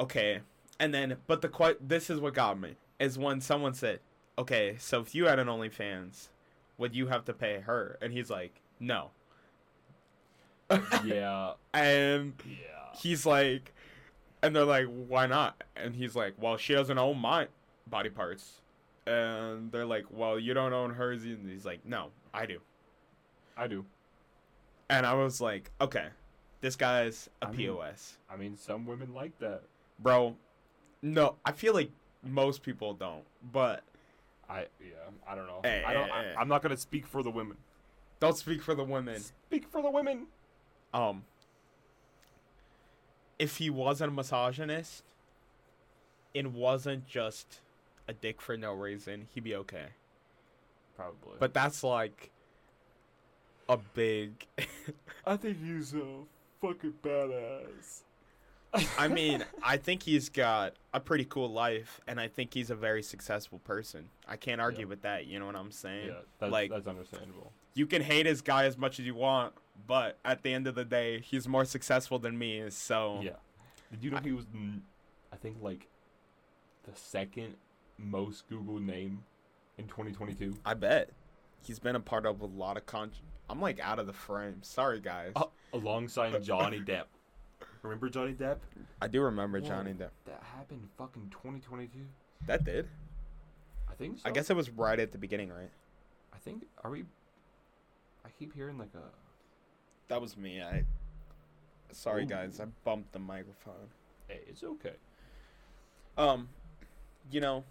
A: okay. And then but the que- this is what got me is when someone said, "Okay, so if you had an OnlyFans, would you have to pay her?" And he's like, "No."
B: yeah,
A: and
B: yeah.
A: he's like and they're like, "Why not?" And he's like, "Well, she doesn't own my body parts." And they're like, "Well, you don't own hers." And he's like, "No, I do."
B: I do.
A: And I was like, okay, this guy's a
B: I mean-
A: POS.
B: I mean, some women like that.
A: Bro, no, I feel like most people don't, but
B: I yeah. I don't know.
A: Eh,
B: I don't.
A: eh,
B: I,
A: eh.
B: I'm not gonna speak for the women.
A: don't speak for the women.
B: Speak for the women.
A: Um if he wasn't a misogynist and wasn't just a dick for no reason, he'd be okay.
B: Probably.
A: But that's like a big (laughs)
B: I think he's a fucking badass.
A: I (laughs)
B: (laughs)
A: mean, I think he's got a pretty cool life and I think he's a very successful person. I can't argue with that, you know what I'm saying?
B: yeah, that's,
A: eh, like-
B: that's understandable.
A: you can hate his guy as much as you want, but at the end of the day, he's more successful than me. So
B: Yeah. Did you know he was, n- I think, like the second most Google name in 2022?
A: I bet he's been a part of a lot of con. I'm like out of the frame. Sorry, guys.
B: Uh, alongside
A: uh,
B: Johnny Depp. Remember Johnny Depp?
A: I do remember
B: Whoa,
A: Johnny Depp.
B: That happened in fucking 2022.
A: That did.
B: I think so.
A: I guess it was right at the beginning, right?
B: I think. Are we. I keep hearing like a.
A: That was me. I. Sorry,
B: Ooh.
A: guys. I bumped the microphone.
B: Hey, it's okay.
A: Um, you know,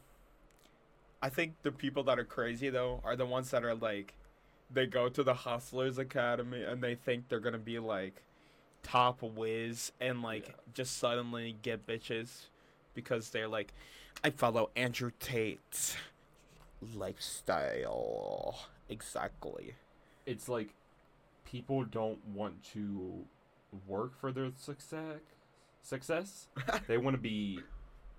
A: I think the people that are crazy though are the ones that are like, they go to the Hustlers Academy and they think they're gonna be like top whiz and like
B: Yeah.
A: just suddenly get bitches because they're like, I follow Andrew Tate's lifestyle exactly.
B: It's like people don't want to work for their success.
A: (laughs)
B: Success. they want to be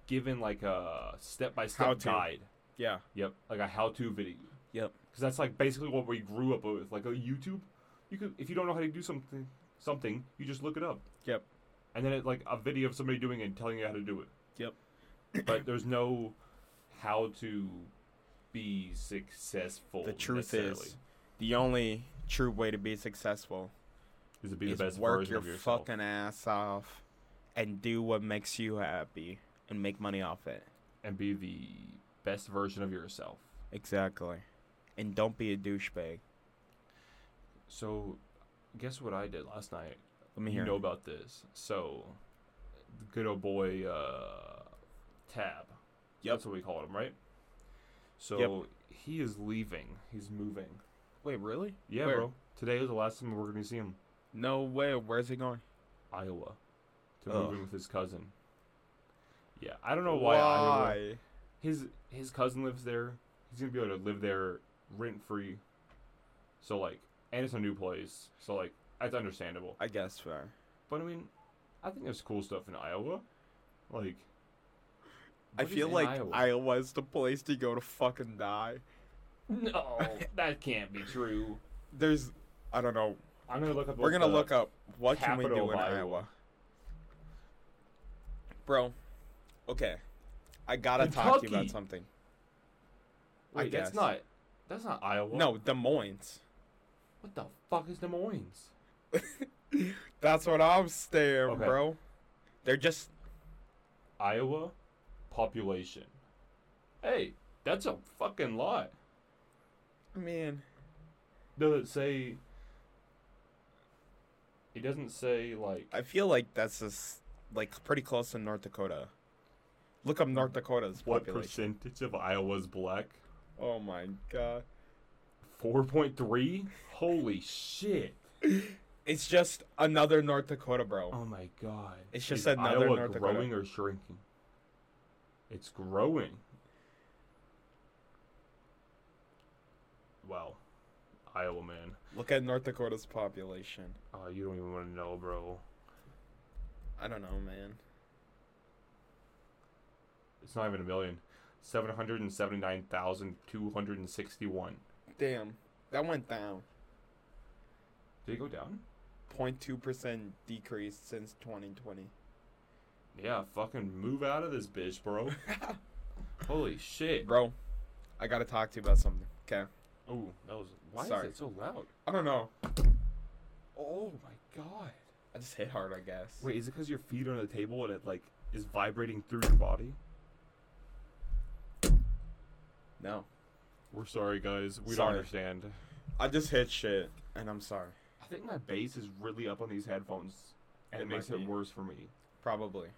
B: given like a step by
A: How
B: step
A: to.
B: guide.
A: Yeah.
B: Yep, like a how-to video.
A: Yep.
B: Because that's like basically what we grew up with. Like a YouTube, you could if you don't know how to do something, something you just look it up.
A: Yep.
B: And then it like a video of somebody doing it and telling you how to do it. Yep. (coughs) But there's no how to be successful.
A: The truth
B: necessarily.
A: is, the only true way to be successful
B: is to be
A: is
B: the best
A: work
B: version
A: your
B: of yourself.
A: fucking ass off and do what makes you happy and make money off it.
B: and be the best version of yourself.
A: Exactly. And don't be a douchebag.
B: So, guess what I did last night?
A: Let me
B: you
A: hear.
B: know
A: it.
B: about this. So, the good old boy uh, Tab
A: Yep.
B: That's what we called him, right? So he is leaving. He's moving.
A: Wait, really?
B: Yeah,
A: Where?
B: bro. Today is the last time we're gonna see him.
A: No way. Where's he going?
B: Iowa to
A: Ugh.
B: move in with his cousin. Yeah, I don't know why. Iowa. His his cousin lives there. He's gonna be able to live there rent free. So like, and it's a new place. So like, that's understandable.
A: I guess fair.
B: But I mean, I think there's cool stuff in Iowa. Like,
A: I
B: what is
A: feel
B: in
A: like
B: Iowa?
A: Iowa is the place to go to fucking die.
B: no, that can't be true.
A: There's, I don't know.
B: I'm gonna look up.
A: We're
B: what
A: gonna
B: the-
A: look up what can we
B: capital
A: do in
B: of
A: Iowa.
B: Iowa.
A: Bro, okay, I gotta talk to you about
B: Kentucky.
A: something. I
B: Wait, that's
A: guess.
B: not. That's not Iowa.
A: No, Des Moines.
B: What the fuck is Des Moines?
A: That's what I'm saying,
B: Okay.
A: bro. They're just
B: Iowa population. Hey, that's a fucking lot.
A: man.
B: Does it say? It doesn't say like.
A: I feel like that's just like pretty close to North Dakota. Look up North Dakota's
B: What
A: population.
B: percentage of Iowa's black?
A: Oh my god.
B: Four point three. Holy shit!
A: It's just another North Dakota, bro.
B: Oh my god.
A: It's just another
B: Iowa
A: North Dakota.
B: growing or shrinking? It's growing. Wow, Iowa man.
A: Look at North Dakota's population.
B: Oh, you don't even want to know, bro.
A: I don't know, man.
B: It's not even a million. Seven hundred and seventy-nine thousand two hundred and sixty-one.
A: Damn, that went down.
B: Did it go down?
A: 0.2 percent decrease since 2020.
B: Yeah, fucking move out of this bitch, (laughs) bro. Holy
A: (laughs)
B: shit.
A: Bro, I gotta talk to you about something. Okay.
B: Ooh, that was. Why
A: Sorry.
B: is it so loud?
A: I don't know.
B: Oh my god.
A: I just hit hard, I guess.
B: Wait, is it because your feet are on the table and it like is vibrating through your body?
A: No.
B: We're sorry, guys. We
A: Sorry.
B: don't understand.
A: I just hit shit, and I'm sorry.
B: I think my bass is really up on these headphones, and
A: It
B: it, makes
A: might
B: it
A: be.
B: worse for me.
A: Probably.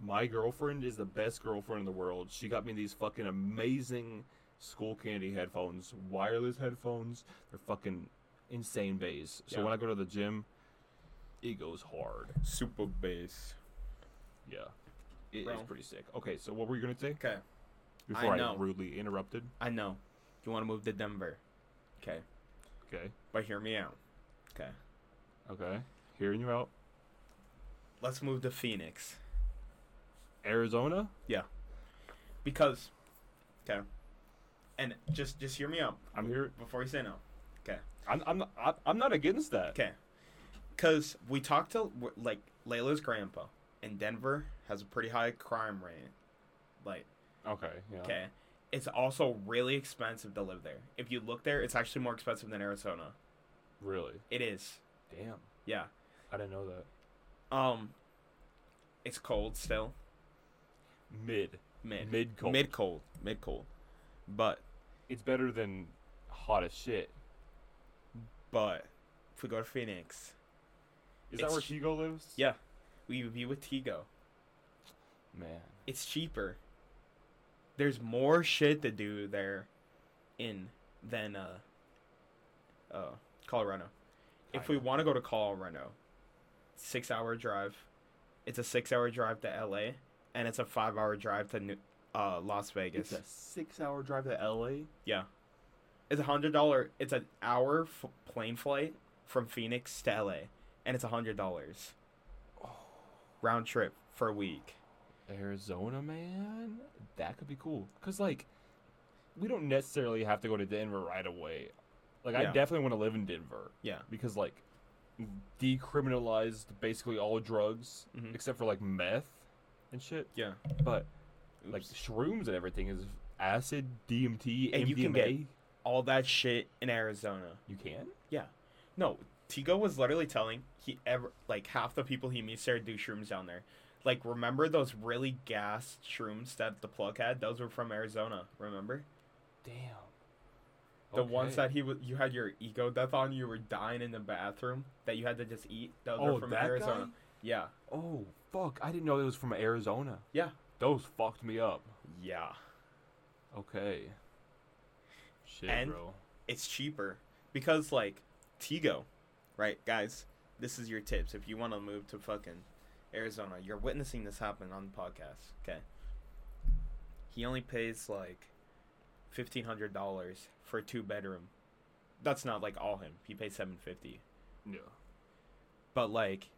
B: My girlfriend is the best girlfriend in the world. She got me these fucking amazing school candy headphones, wireless headphones. They're fucking insane bass. So
A: Yeah.
B: when I go to the gym, it goes hard.
A: Super bass.
B: Yeah. it is
A: Bro.
B: pretty sick. Okay, so what were you gonna say
A: Okay.
B: before I,
A: know.
B: rudely interrupted?
A: I know. You want to move to Denver. Okay.
B: Okay.
A: But hear me out. Okay.
B: Okay. Hearing you out.
A: Let's move to Phoenix.
B: Arizona?
A: Because. Okay. And just just hear me out
B: I'm here.
A: before you say no.
B: I'm I'm not, I- I'm not against that.
A: Okay. Because we talked to, w- like, Layla's grandpa, and Denver has a pretty high crime rate. Like,
B: Okay. Yeah.
A: okay. It's also really expensive to live there. If you look there, it's actually more expensive than Arizona.
B: Really?
A: It is.
B: Damn.
A: Yeah.
B: I didn't know that.
A: Um, it's cold still.
B: Mid.
A: Mid.
B: Mid cold.
A: Mid cold. Mid cold. But,
B: It's better than hot as shit.
A: but, if we go to Phoenix,
B: Is
A: It's
B: that where
A: ch-
B: Chigo lives?
A: Yeah. we would be with Tigo.
B: Man.
A: It's cheaper. There's more shit to do there in than uh uh Colorado. If we
B: Kinda.
A: want to go to Colorado, 6-hour drive. It's a 6-hour drive to LA and it's a 5-hour drive to New- uh Las Vegas.
B: It's a six hour drive to LA.
A: It's a hundred dollar. It's an hour f- plane flight from Phoenix to LA, and it's a hundred dollars round trip for a week.
B: Arizona, man. That could be cool. Cause like we don't necessarily have to go to Denver right away. Like I
A: Yeah.
B: definitely want to live in Denver.
A: Yeah.
B: Because like decriminalized basically all drugs
A: Mhm.
B: except for like meth and shit.
A: Yeah,
B: But like
A: like
B: shrooms and everything is acid, DMT,
A: And
B: MDMA.
A: you can get- all that shit in Arizona.
B: You can?
A: No, Tigo was literally telling he ever like half the people he meets there do shrooms down there. Like remember those really gassed shrooms that the plug had? Those were from Arizona. Remember
B: Damn.
A: the ones
B: Okay.
A: that he was you had your ego death on. You were dying in the bathroom that you had to just eat. Those were
B: Oh,
A: from
B: that
A: Arizona.
B: guy?
A: Yeah,
B: Oh fuck! I didn't know it was from Arizona.
A: Yeah.
B: Those fucked me up.
A: yeah.
B: Okay. Shit,
A: And-
B: bro.
A: it's cheaper because like Tigo, right, guys? This is your tips if you want to move to fucking Arizona. You're witnessing this happen on the podcast. Okay. He only pays like fifteen hundred dollars for a two bedroom. That's not like all him. He pays seven fifty.
B: Yeah.
A: But like,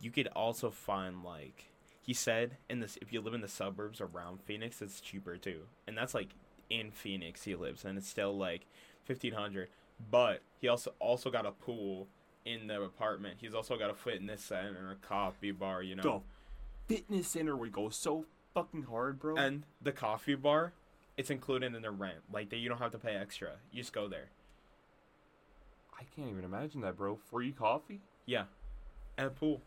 A: you could also find like he said in this if you live in the suburbs around Phoenix, it's cheaper too, and that's like in Phoenix he lives, and it's still like fifteen hundred. But he also also got a pool in the apartment. He's also got a fitness center, a coffee bar, you know,
B: The fitness center would go so fucking hard, bro.
A: and the coffee bar. It's included in the rent. Like that, you don't have to pay extra. You just go there.
B: I can't even imagine that, bro. Free coffee?
A: Yeah, and a pool.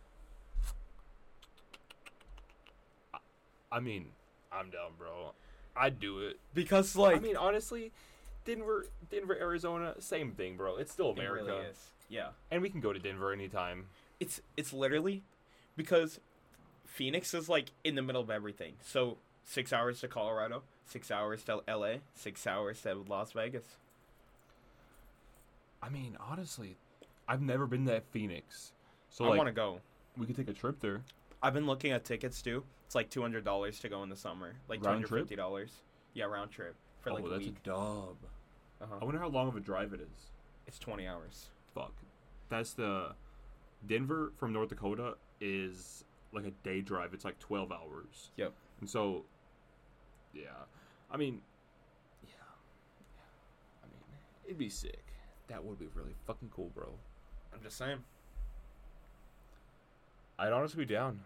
B: I mean, I'm down, bro. I'd do it.
A: Because like
B: I mean, honestly, Denver, Denver, Arizona, same thing, bro. It's still
A: it really
B: America,
A: is. Yeah.
B: and we can go to Denver anytime.
A: it's it's literally because Phoenix is like in the middle of everything. So six hours to Colorado, six hours to L.A., six hours to Las Vegas.
B: I mean, honestly, I've never been to Phoenix, so
A: I
B: like
A: want to go.
B: we could take a trip there.
A: I've been looking at tickets too. It's like two hundred dollars to go in the summer, like two
B: Round
A: hundred
B: trip?
A: fifty dollars. Yeah, round trip for like
B: oh,
A: a
B: that's
A: week.
B: a dub. I
A: Uh-huh.
B: wonder how long of a drive it is.
A: It's twenty hours.
B: Fuck, that's the Denver from North Dakota is like a day drive. It's like twelve hours.
A: Yep.
B: And so, yeah, I mean, yeah, I mean, it'd be sick. That would be really fucking cool, bro.
A: I'm just saying.
B: I'd honestly be down.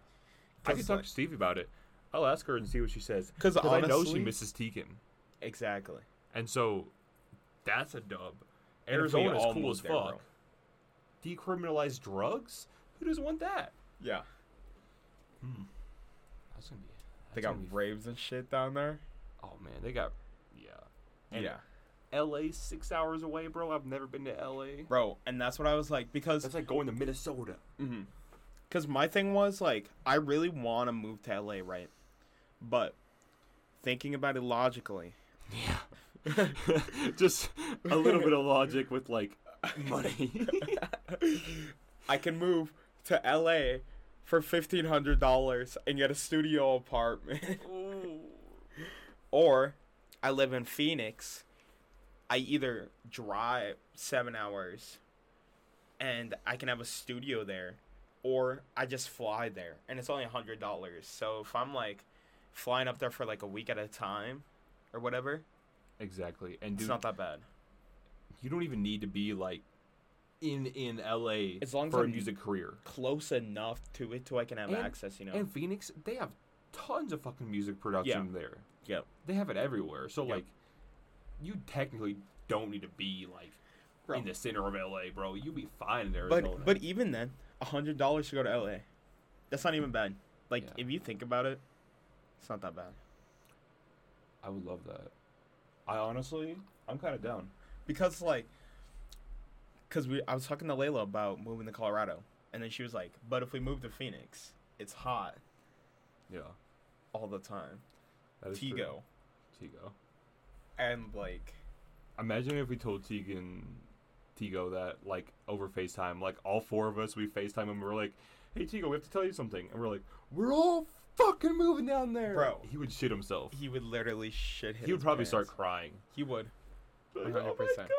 B: I
A: 'Cause,
B: could talk
A: like-
B: to Steve about it. I'll ask her and see what she says.
A: 'Cause
B: I know she
A: honestly-
B: misses Tegan,
A: Exactly.
B: and so that's a dub.
A: And if we
B: Arizona's
A: all
B: cool
A: moved
B: as
A: there, bro.
B: fuck. Decriminalize drugs? Who doesn't want that?
A: Yeah,
B: That's gonna be.
A: they got raves and shit down there.
B: oh man, they got. Yeah. And
A: yeah,
B: L.A. six hours away, bro. I've never been to L.A.
A: bro. And that's what I was like because
B: That's like going to Minnesota.
A: Because my thing was like, I really want to move to LA, right? But thinking about it logically,
B: Yeah. (laughs) Just a little bit of logic with like money. (laughs)
A: I can move to LA for fifteen hundred dollars and get a studio apartment, (laughs) or I live in Phoenix. I either drive seven hours, and I can have a studio there, or I just fly there, and it's only hundred dollars. So if I'm like flying up there for like a week at a time, or whatever,
B: exactly. And
A: it's
B: dude,
A: not that bad.
B: you don't even need to be like in in LA
A: As long as
B: for a
A: I'm-
B: music career.
A: close enough to it to I can have
B: And-
A: access, you know.
B: And Phoenix, they have tons of fucking music production there.
A: Yep.
B: They have it everywhere. So
A: Yep.
B: like you technically don't need to be like
A: Bro.
B: in the center of LA, bro. You'd be fine in Arizona.
A: but but even then, a hundred dollars to go to LA, that's not even bad. Like
B: Yeah.
A: if you think about it, it's not that bad.
B: I would love that. I honestly, I'm kind of down.
A: Because like, cause we I was talking to Layla about moving to Colorado, and then she was like, "But if we move to Phoenix, it's hot
B: Yeah.
A: all the time."
B: That is true.
A: Tigo
B: Tigo.
A: and like,
B: Imagine if we told Tegan, Tigo that like over FaceTime, like all four of us, we FaceTime and we're like, "Hey Tigo, we have to tell you something," and we're like, "We're all fucking moving down there,
A: Bro.
B: He would shit himself.
A: he would literally shit.
B: He would
A: his
B: probably
A: pants.
B: start crying.
A: He would.
B: Like, oh my
A: 100%.
B: god!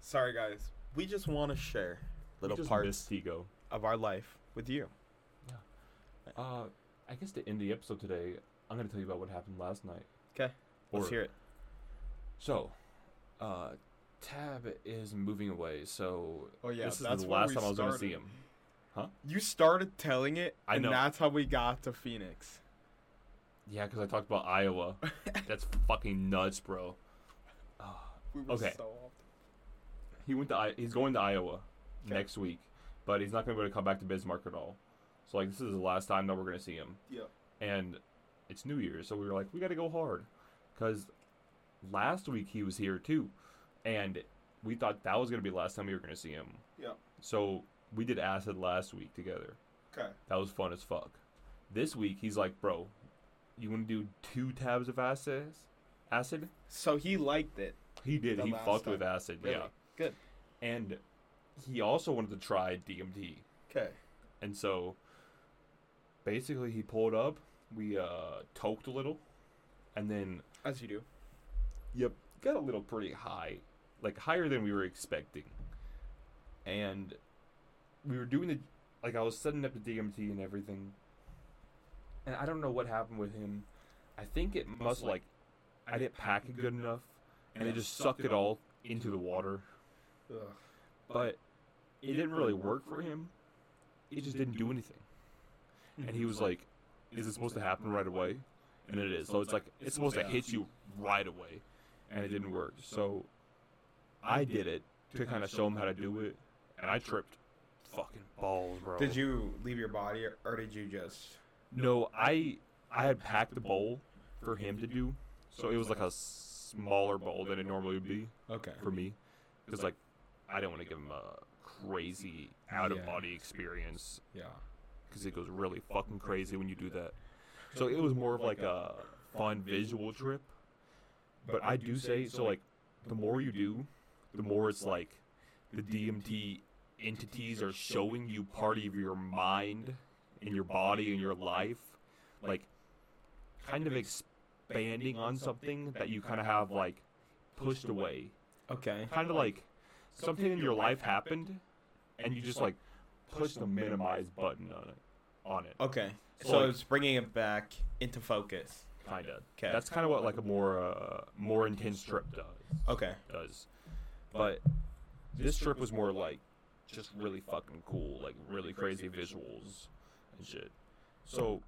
A: Sorry guys, we just want to share
B: We
A: little
B: just
A: parts
B: miss Tigo.
A: of our life with you.
B: Uh, I guess to end the episode today, I'm gonna tell you about what happened last night.
A: 'Kay. Let's
B: Or-
A: hear it.
B: So, uh, Tab is moving away, so
A: Oh yeah,
B: this is
A: that's
B: the
A: where
B: last
A: we
B: time I was gonna
A: started.
B: see him.
A: You started telling it,
B: I
A: and
B: know.
A: that's how we got to Phoenix.
B: Yeah, because I talked about Iowa. That's fucking nuts, bro. Ah.
A: We were
B: Okay.
A: so off.
B: He went to I- he's going to Iowa
A: Okay.
B: next week, but he's not going to be able to come back to Bismarck at all. So like this is the last time that we're going to see him.
A: Yeah.
B: And it's New Year's, so we were like we got to go hard cuz last week he was here too. And we thought that was going to be the last time we were going to see him.
A: Yeah.
B: So we did acid last week together.
A: Okay.
B: That was fun as fuck. This week he's like, "Bro, you want to do two tabs of acid? Acid?
A: So he liked it.
B: He did.
A: The
B: he
A: last
B: fucked
A: time.
B: with acid.
A: Really?
B: Yeah.
A: Good.
B: And he also wanted to try DMT.
A: Okay.
B: And so basically he pulled up, we uh toked a little, and then
A: As you do.
B: Yep. Got a little pretty high, like higher than we were expecting. And we were doing the like I was setting up the DMT and everything. And I don't know what happened with him. I think it must like I didn't pack it good enough and it just sucked it all into the water.
A: Ugh.
B: But it didn't really work for him. It just didn't do anything. And he was like, "Is it supposed to happen right away?" And it is. So it's like it's supposed to hit you right away, and it didn't work. So I did it to kind of show him how to do it, and I tripped. Fucking balls, bro.
A: Did you leave your body, or, or did you just?
B: No, I I had packed a bowl for him to do, so it was like a smaller bowl than it normally would be
A: Okay.
B: for me, because like I didn't want to give him a crazy out of body experience
A: Yeah.
B: because it goes really fucking crazy when you do that. So it was more of like a fun visual trip. But I do say so like the more you do, the more it's like the DMT entities are showing you part of your mind and your body and your life, like kind of expanding on something that you kind of have like pushed away
A: Okay.
B: kind of like something in your life happened, and you just like push the minimize button on it, on it,
A: Okay.
B: So,
A: So,
B: like-
A: it's bringing it back into focus.
B: kind of.
A: Okay.
B: That's kind of what like a more uh, more intense trip does.
A: okay.
B: Does, but this trip was more like just really fucking cool, like really crazy visuals and shit. So,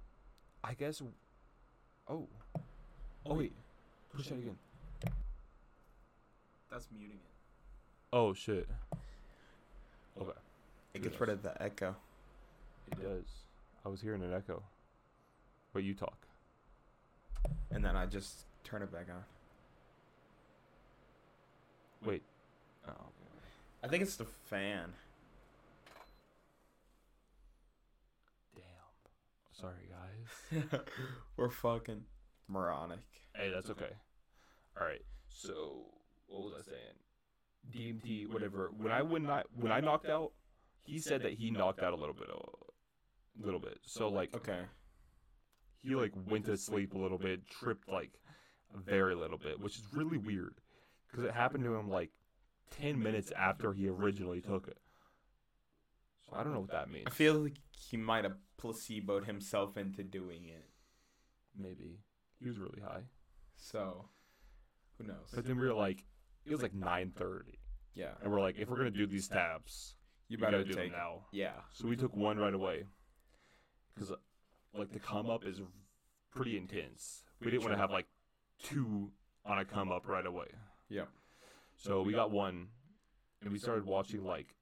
B: I guess. Oh, oh wait, push that again.
A: That's muting it.
B: Oh shit. Okay.
A: It gets rid of the echo.
B: It does. I was hearing an echo. But you talk.
A: And then I just turn it back on.
B: Wait. Oh.
A: I think it's the fan. (laughs)
B: Damn. Sorry, guys.
A: We're fucking moronic.
B: Hey, that's okay. All right. So, what was I saying? DMT, whatever. When I when I when I knocked out, he said that he knocked out a little bit, a little bit. So like
A: Okay.
B: he like went to sleep a little bit, tripped like a very little bit, which is really weird because it happened to him like ten minutes after he originally took it. So I don't know what that means.
A: I feel like he might have placeboed himself into doing it.
B: maybe he was really high.
A: So, who knows?
B: But then we were like, it was like nine thirty,
A: Yeah.
B: and we're like, if we're gonna do these tabs,
A: You
B: you
A: better
B: gotta do them
A: take.
B: now.
A: Yeah.
B: So we took one right away, because like the come up is pretty intense. We didn't want to have like two on a come up right away.
A: Yep.
B: So we got one, and we started watching like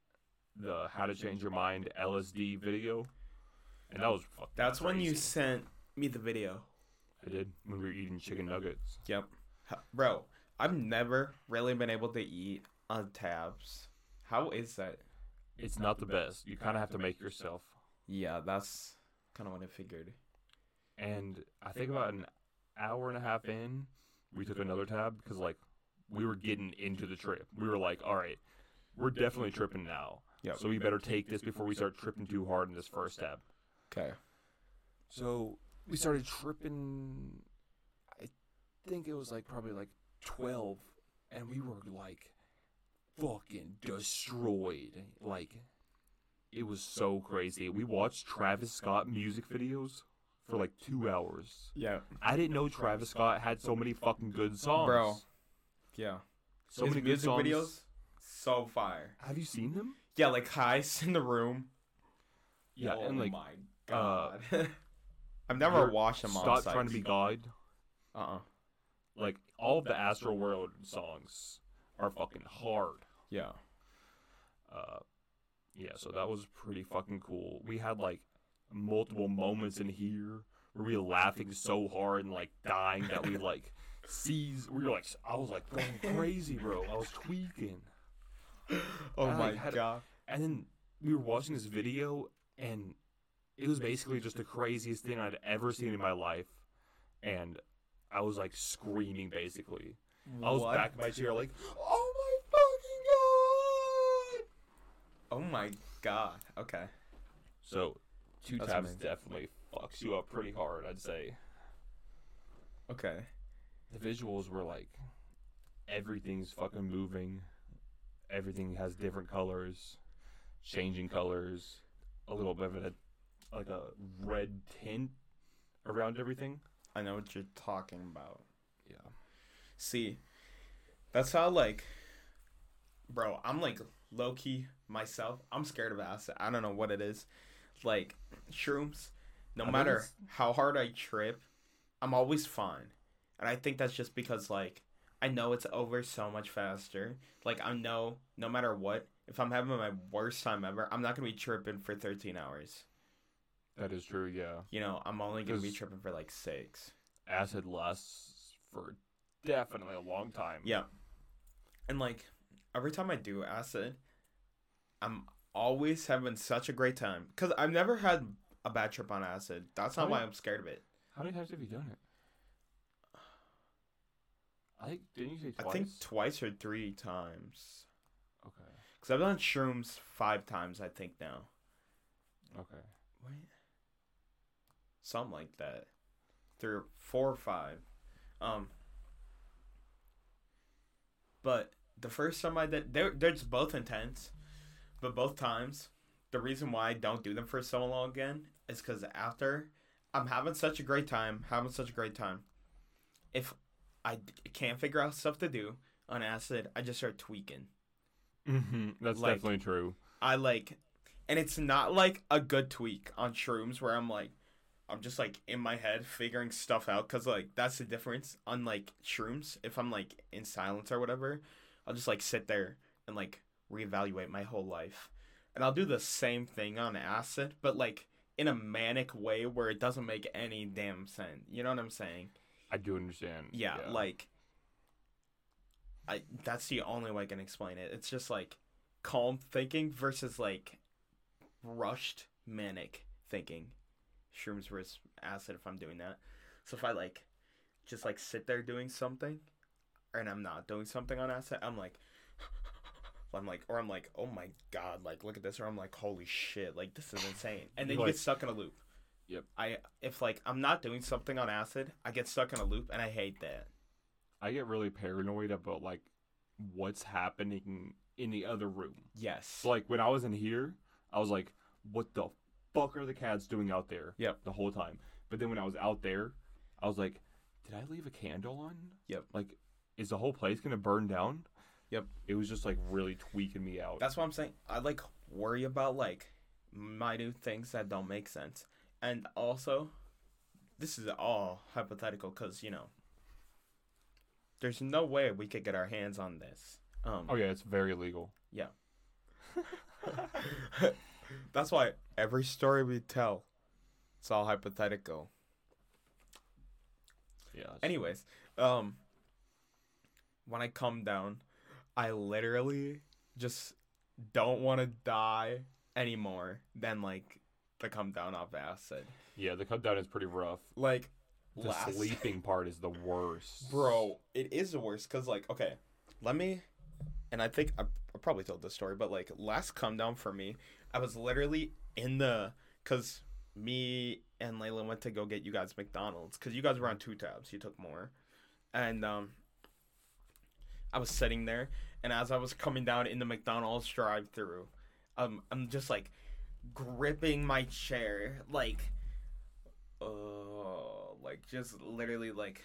B: the How to Change Your Mind LSD video, and that was fucking
A: That's when you
B: crazy.
A: sent me the video.
B: I did when we were eating chicken nuggets.
A: Yep. H- Bro, I've never really been able to eat on tabs. How is that?
B: It's not the best. You kind of have to make yourself.
A: Yeah, that's kind of what I figured.
B: and I think about an hour and a half in, we took another tab because like we were getting into the trip. We were like, all right, we're definitely tripping now.
A: Yep.
B: So we better take this before we start tripping too hard in this first tab.
A: Okay.
B: So we started tripping. I think it was like probably like twelve, and we were like fucking destroyed. Like it was so crazy. We watched Travis Scott music videos for like two hours.
A: Yeah.
B: I didn't know Travis Scott had so many fucking good songs,
A: Bro. Yeah.
B: So
A: His
B: many good
A: music
B: songs.
A: videos, so fire.
B: Have you seen them?
A: Yeah, like Heist in the room.
B: Yeah,
A: oh
B: and like
A: my
B: uh,
A: god. (laughs) I've never
B: you're-
A: watched them on
B: stop
A: site.
B: trying to be God.
A: Uh-uh.
B: Like all of the Astro World songs are fucking hard.
A: Yeah.
B: uh, yeah, so that was pretty fucking cool. We had like multiple moments in here where we were laughing so hard and like dying that we like (laughs) seized. We were like, I was like going crazy, bro. I was tweaking.
A: (gasps) Oh
B: I,
A: my
B: like, had a-
A: god.
B: And then we were watching this video, and it was basically just the craziest thing I'd ever seen in my life. and I was like screaming basically. I was
A: What?
B: back in my chair like,
A: Oh
B: "Oh my fucking god!"
A: my god. Okay.
B: So, two
A: That's
B: times
A: amazing.
B: definitely fucks you up pretty hard, I'd say.
A: Okay.
B: The visuals were like everything's fucking moving. Everything has different colors, changing colors, a little bit of a like a red tint around everything.
A: I know what you're talking about.
B: Yeah.
A: See, that's how like, bro. I'm like low key myself. I'm scared of acid. I don't know what it is. Like shrooms. No
B: I think
A: matter
B: it's-
A: how hard I trip, I'm always fine. And I think that's just because like I know it's over so much faster. Like I know no matter what, if I'm having my worst time ever, I'm not gonna be tripping for 13 hours.
B: That is true, yeah.
A: You know, I'm only gonna be
B: Because-
A: tripping for like six.
B: Acid lasts for definitely a long time.
A: Yeah. And like every time I do acid, I'm always having such a great time because I've never had a bad trip on acid. That's not
B: Oh,
A: why
B: yeah.
A: I'm scared of it.
B: How many times have you done it? I think didn't you say twice?
A: I think twice or three times.
B: okay.
A: Because I've done shrooms five times, I think now.
B: Okay.
A: What? Something like that. Three, or- four or five. Um. But the first time I did, they're, they're just both intense, but both times, the reason why I don't do them for so long again is because after I'm having such a great time, having such a great time. If I d- can't figure out stuff to do on acid, I just start tweaking.
B: hmm That's
A: Like-
B: definitely true.
A: I like, and it's not like a good tweak on shrooms where I'm like, I'm just like in my head figuring stuff out because like that's the difference. On like shrooms, if I'm like in silence or whatever, I'll just like sit there and like reevaluate my whole life, and I'll do the same thing on acid, but like in a manic way where it doesn't make any damn sense. You know what I'm saying?
B: I do understand.
A: yeah, like I that's the only way I can explain it. It's just like calm thinking versus like rushed manic thinking. Shrooms versus acid if I'm doing that. So if I like just like sit there doing something and I'm not doing something on acid, I'm like (laughs) I'm like or I'm like, oh my god, like look at this or I'm like, holy shit, like this is insane. And then
B: You're
A: you
B: like-
A: get stuck in a loop.
B: Yep.
A: I if like I'm not doing something on acid, I get stuck in a loop and I hate that.
B: I get really paranoid about like what's happening in the other room.
A: Yes.
B: So, like when I was in here, I was like, "What the fuck are the cats doing out there?"
A: Yep.
B: The whole time. But then when I was out there, I was like, "Did I leave a candle on?"
A: Yep.
B: Like, is the whole place gonna burn down?
A: Yep.
B: It was just like really tweaking me out.
A: That's what I'm saying. I like worry about like minute things that don't make sense. And also, this is all hypothetical because, you know, there's no way we could get our hands on this. Um,
B: oh yeah, it's very legal.
A: (laughs) That's why every story we tell, it's all hypothetical.
B: Yeah. it's-
A: Anyways, um, when I come down, I literally just don't want to die anymore than like the come down off acid.
B: Yeah, the cut down is pretty rough.
A: Like
B: The
A: last,
B: sleeping part is the worst.
A: bro, it is the worst. Cause like, okay, let me, and I think I, I probably told this story, but like last come down for me, I was literally in the cause me and Layla went to go get you guys McDonald's because you guys were on two tabs. You took more, and um, I was sitting there, and as I was coming down in the McDonald's drive-through, um, I'm just like gripping my chair, like, oh, like just literally like,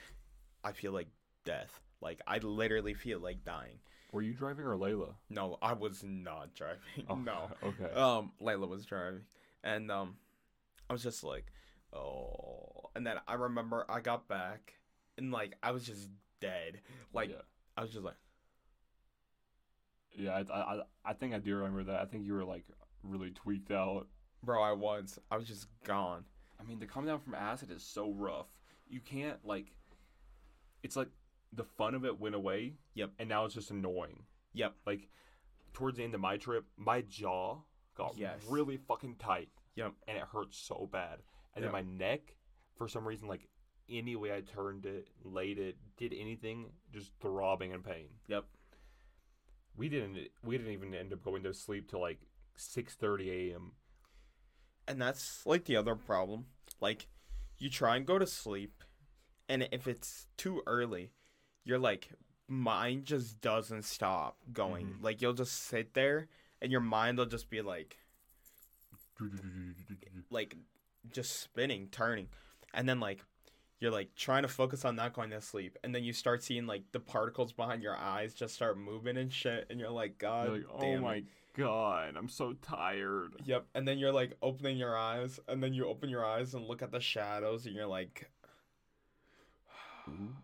A: I feel like death. Like I literally feel like dying.
B: Were you driving or Layla?
A: No, I was not driving.
B: Oh, (laughs)
A: No
B: Okay.
A: um Layla was driving and um I was just like oh and then I remember I got back and like I was just dead like
B: yeah,
A: I was just like
B: yeah I, I, I- I think I do remember that. I think you were like really tweaked out.
A: bro I was I was just gone
B: I mean, the come down from acid is so rough. You can't like. It's like the fun of it went away.
A: Yep.
B: And now it's just annoying.
A: Yep.
B: Like, towards the end of my trip, my jaw got
A: Yes.
B: really fucking tight.
A: Yep.
B: And it hurt so bad. And
A: Yep.
B: then my neck, for some reason, like any way I turned it, laid it, did anything, just throbbing in pain.
A: Yep.
B: We didn't. We didn't even end up going to sleep till like six thirty a.m.
A: And that's like the other problem. Like, you try and go to sleep, and if it's too early, you're like, mine just doesn't stop going.
B: Mhm.
A: Like, you'll just sit there, and your mind will just be like, Uh, like, just spinning, turning. And then, like, you're like trying to focus on not going to sleep. And then you start seeing, like, the particles behind your eyes just start moving and shit. And you're like, God,
B: You're like, oh
A: damn it."
B: my god, I'm so tired.
A: Yep, and then you're like opening your eyes, and then you open your eyes and look at the shadows, and you're like,
B: Ooh.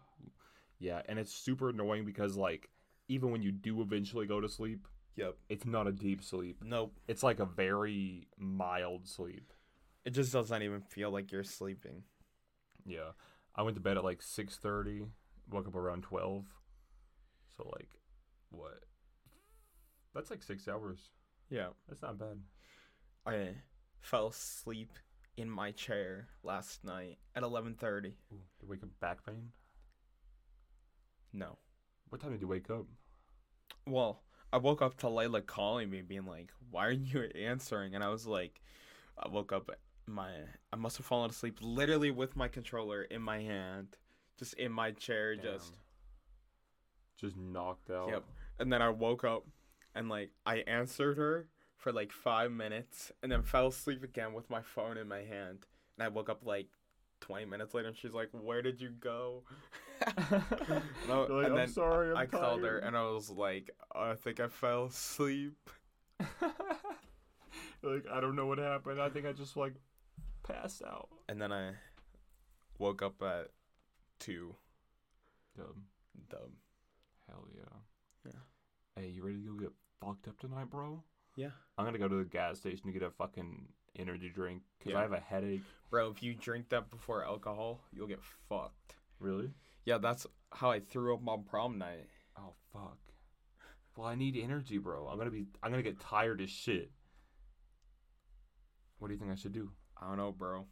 B: Yeah, and it's super annoying because like even when you do eventually go to sleep,
A: "Yep,
B: it's not a deep sleep.
A: nope."
B: It's like a very mild sleep.
A: It just doesn't even feel like you're sleeping.
B: Yeah. I went to bed at like 6:30, woke up around 12. So like what? That's like 6 hours.
A: Yeah,
B: That's not bad.
A: I fell asleep in my chair last night at 11:30.
B: Ooh, did you wake up back pain?
A: No,
B: What time did you wake up?
A: well, I woke up to Layla calling me, being like, "Why are you (laughs) answering?" And I was like, I woke up, my I must have fallen asleep, literally with my controller in my hand, just in my chair, just.
B: Damn. just knocked out.
A: Yep.
B: (laughs)
A: (laughs) And then I woke up and like I answered her for like five minutes and then fell asleep again with my phone in my hand. And I woke up like 20 minutes later and she's like, Where did you
B: (laughs)
A: go? And I-
B: You're like,
A: and
B: I'm
A: then
B: sorry, I'm
A: I called her
B: tired."
A: and I was like, "Oh, I think I fell asleep.
B: like I don't know what happened. I think I just like passed out.
A: And then I woke up at two.
B: Dumb.
A: Dumb.
B: Hell yeah.
A: Yeah.
B: Hey, you ready to go get fucked up tonight, bro?
A: Yeah.
B: I'm gonna go to the gas station to get a fucking energy drink because
A: Yeah.
B: I have a headache.
A: Bro, if you drink that before alcohol, you'll get fucked.
B: Really?
A: Yeah, that's how I threw up on prom night.
B: Oh fuck. Well, I need energy, bro. I'm gonna be. I'm gonna get tired as shit. What do you think I should do?
A: I don't know, bro.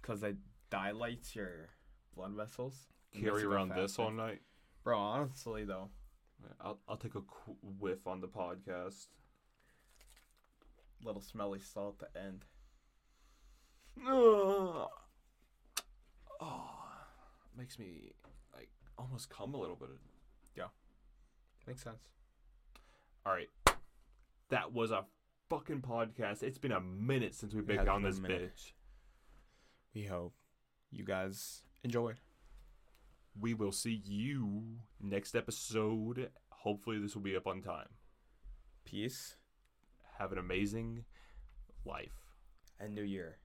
A: Because it dilates your blood vessels. and makes
B: Carry
A: you go
B: around this
A: faster.
B: all night?
A: Bro, honestly, though.
B: I'll, I'll take a qu- whiff on the (sighs) podcast.
A: Little smelly salt to end.
B: Ugh. Oh, makes me like almost come a little bit.
A: Makes sense.
B: All right, that was a fucking podcast. It's been a minute since we've
A: It
B: been
A: has
B: on
A: been a
B: this
A: minute.
B: bitch.
A: We hope you guys enjoy.
B: We will see you next episode. Hopefully, this will be up on time.
A: Peace
B: Have an amazing life.
A: and New Year.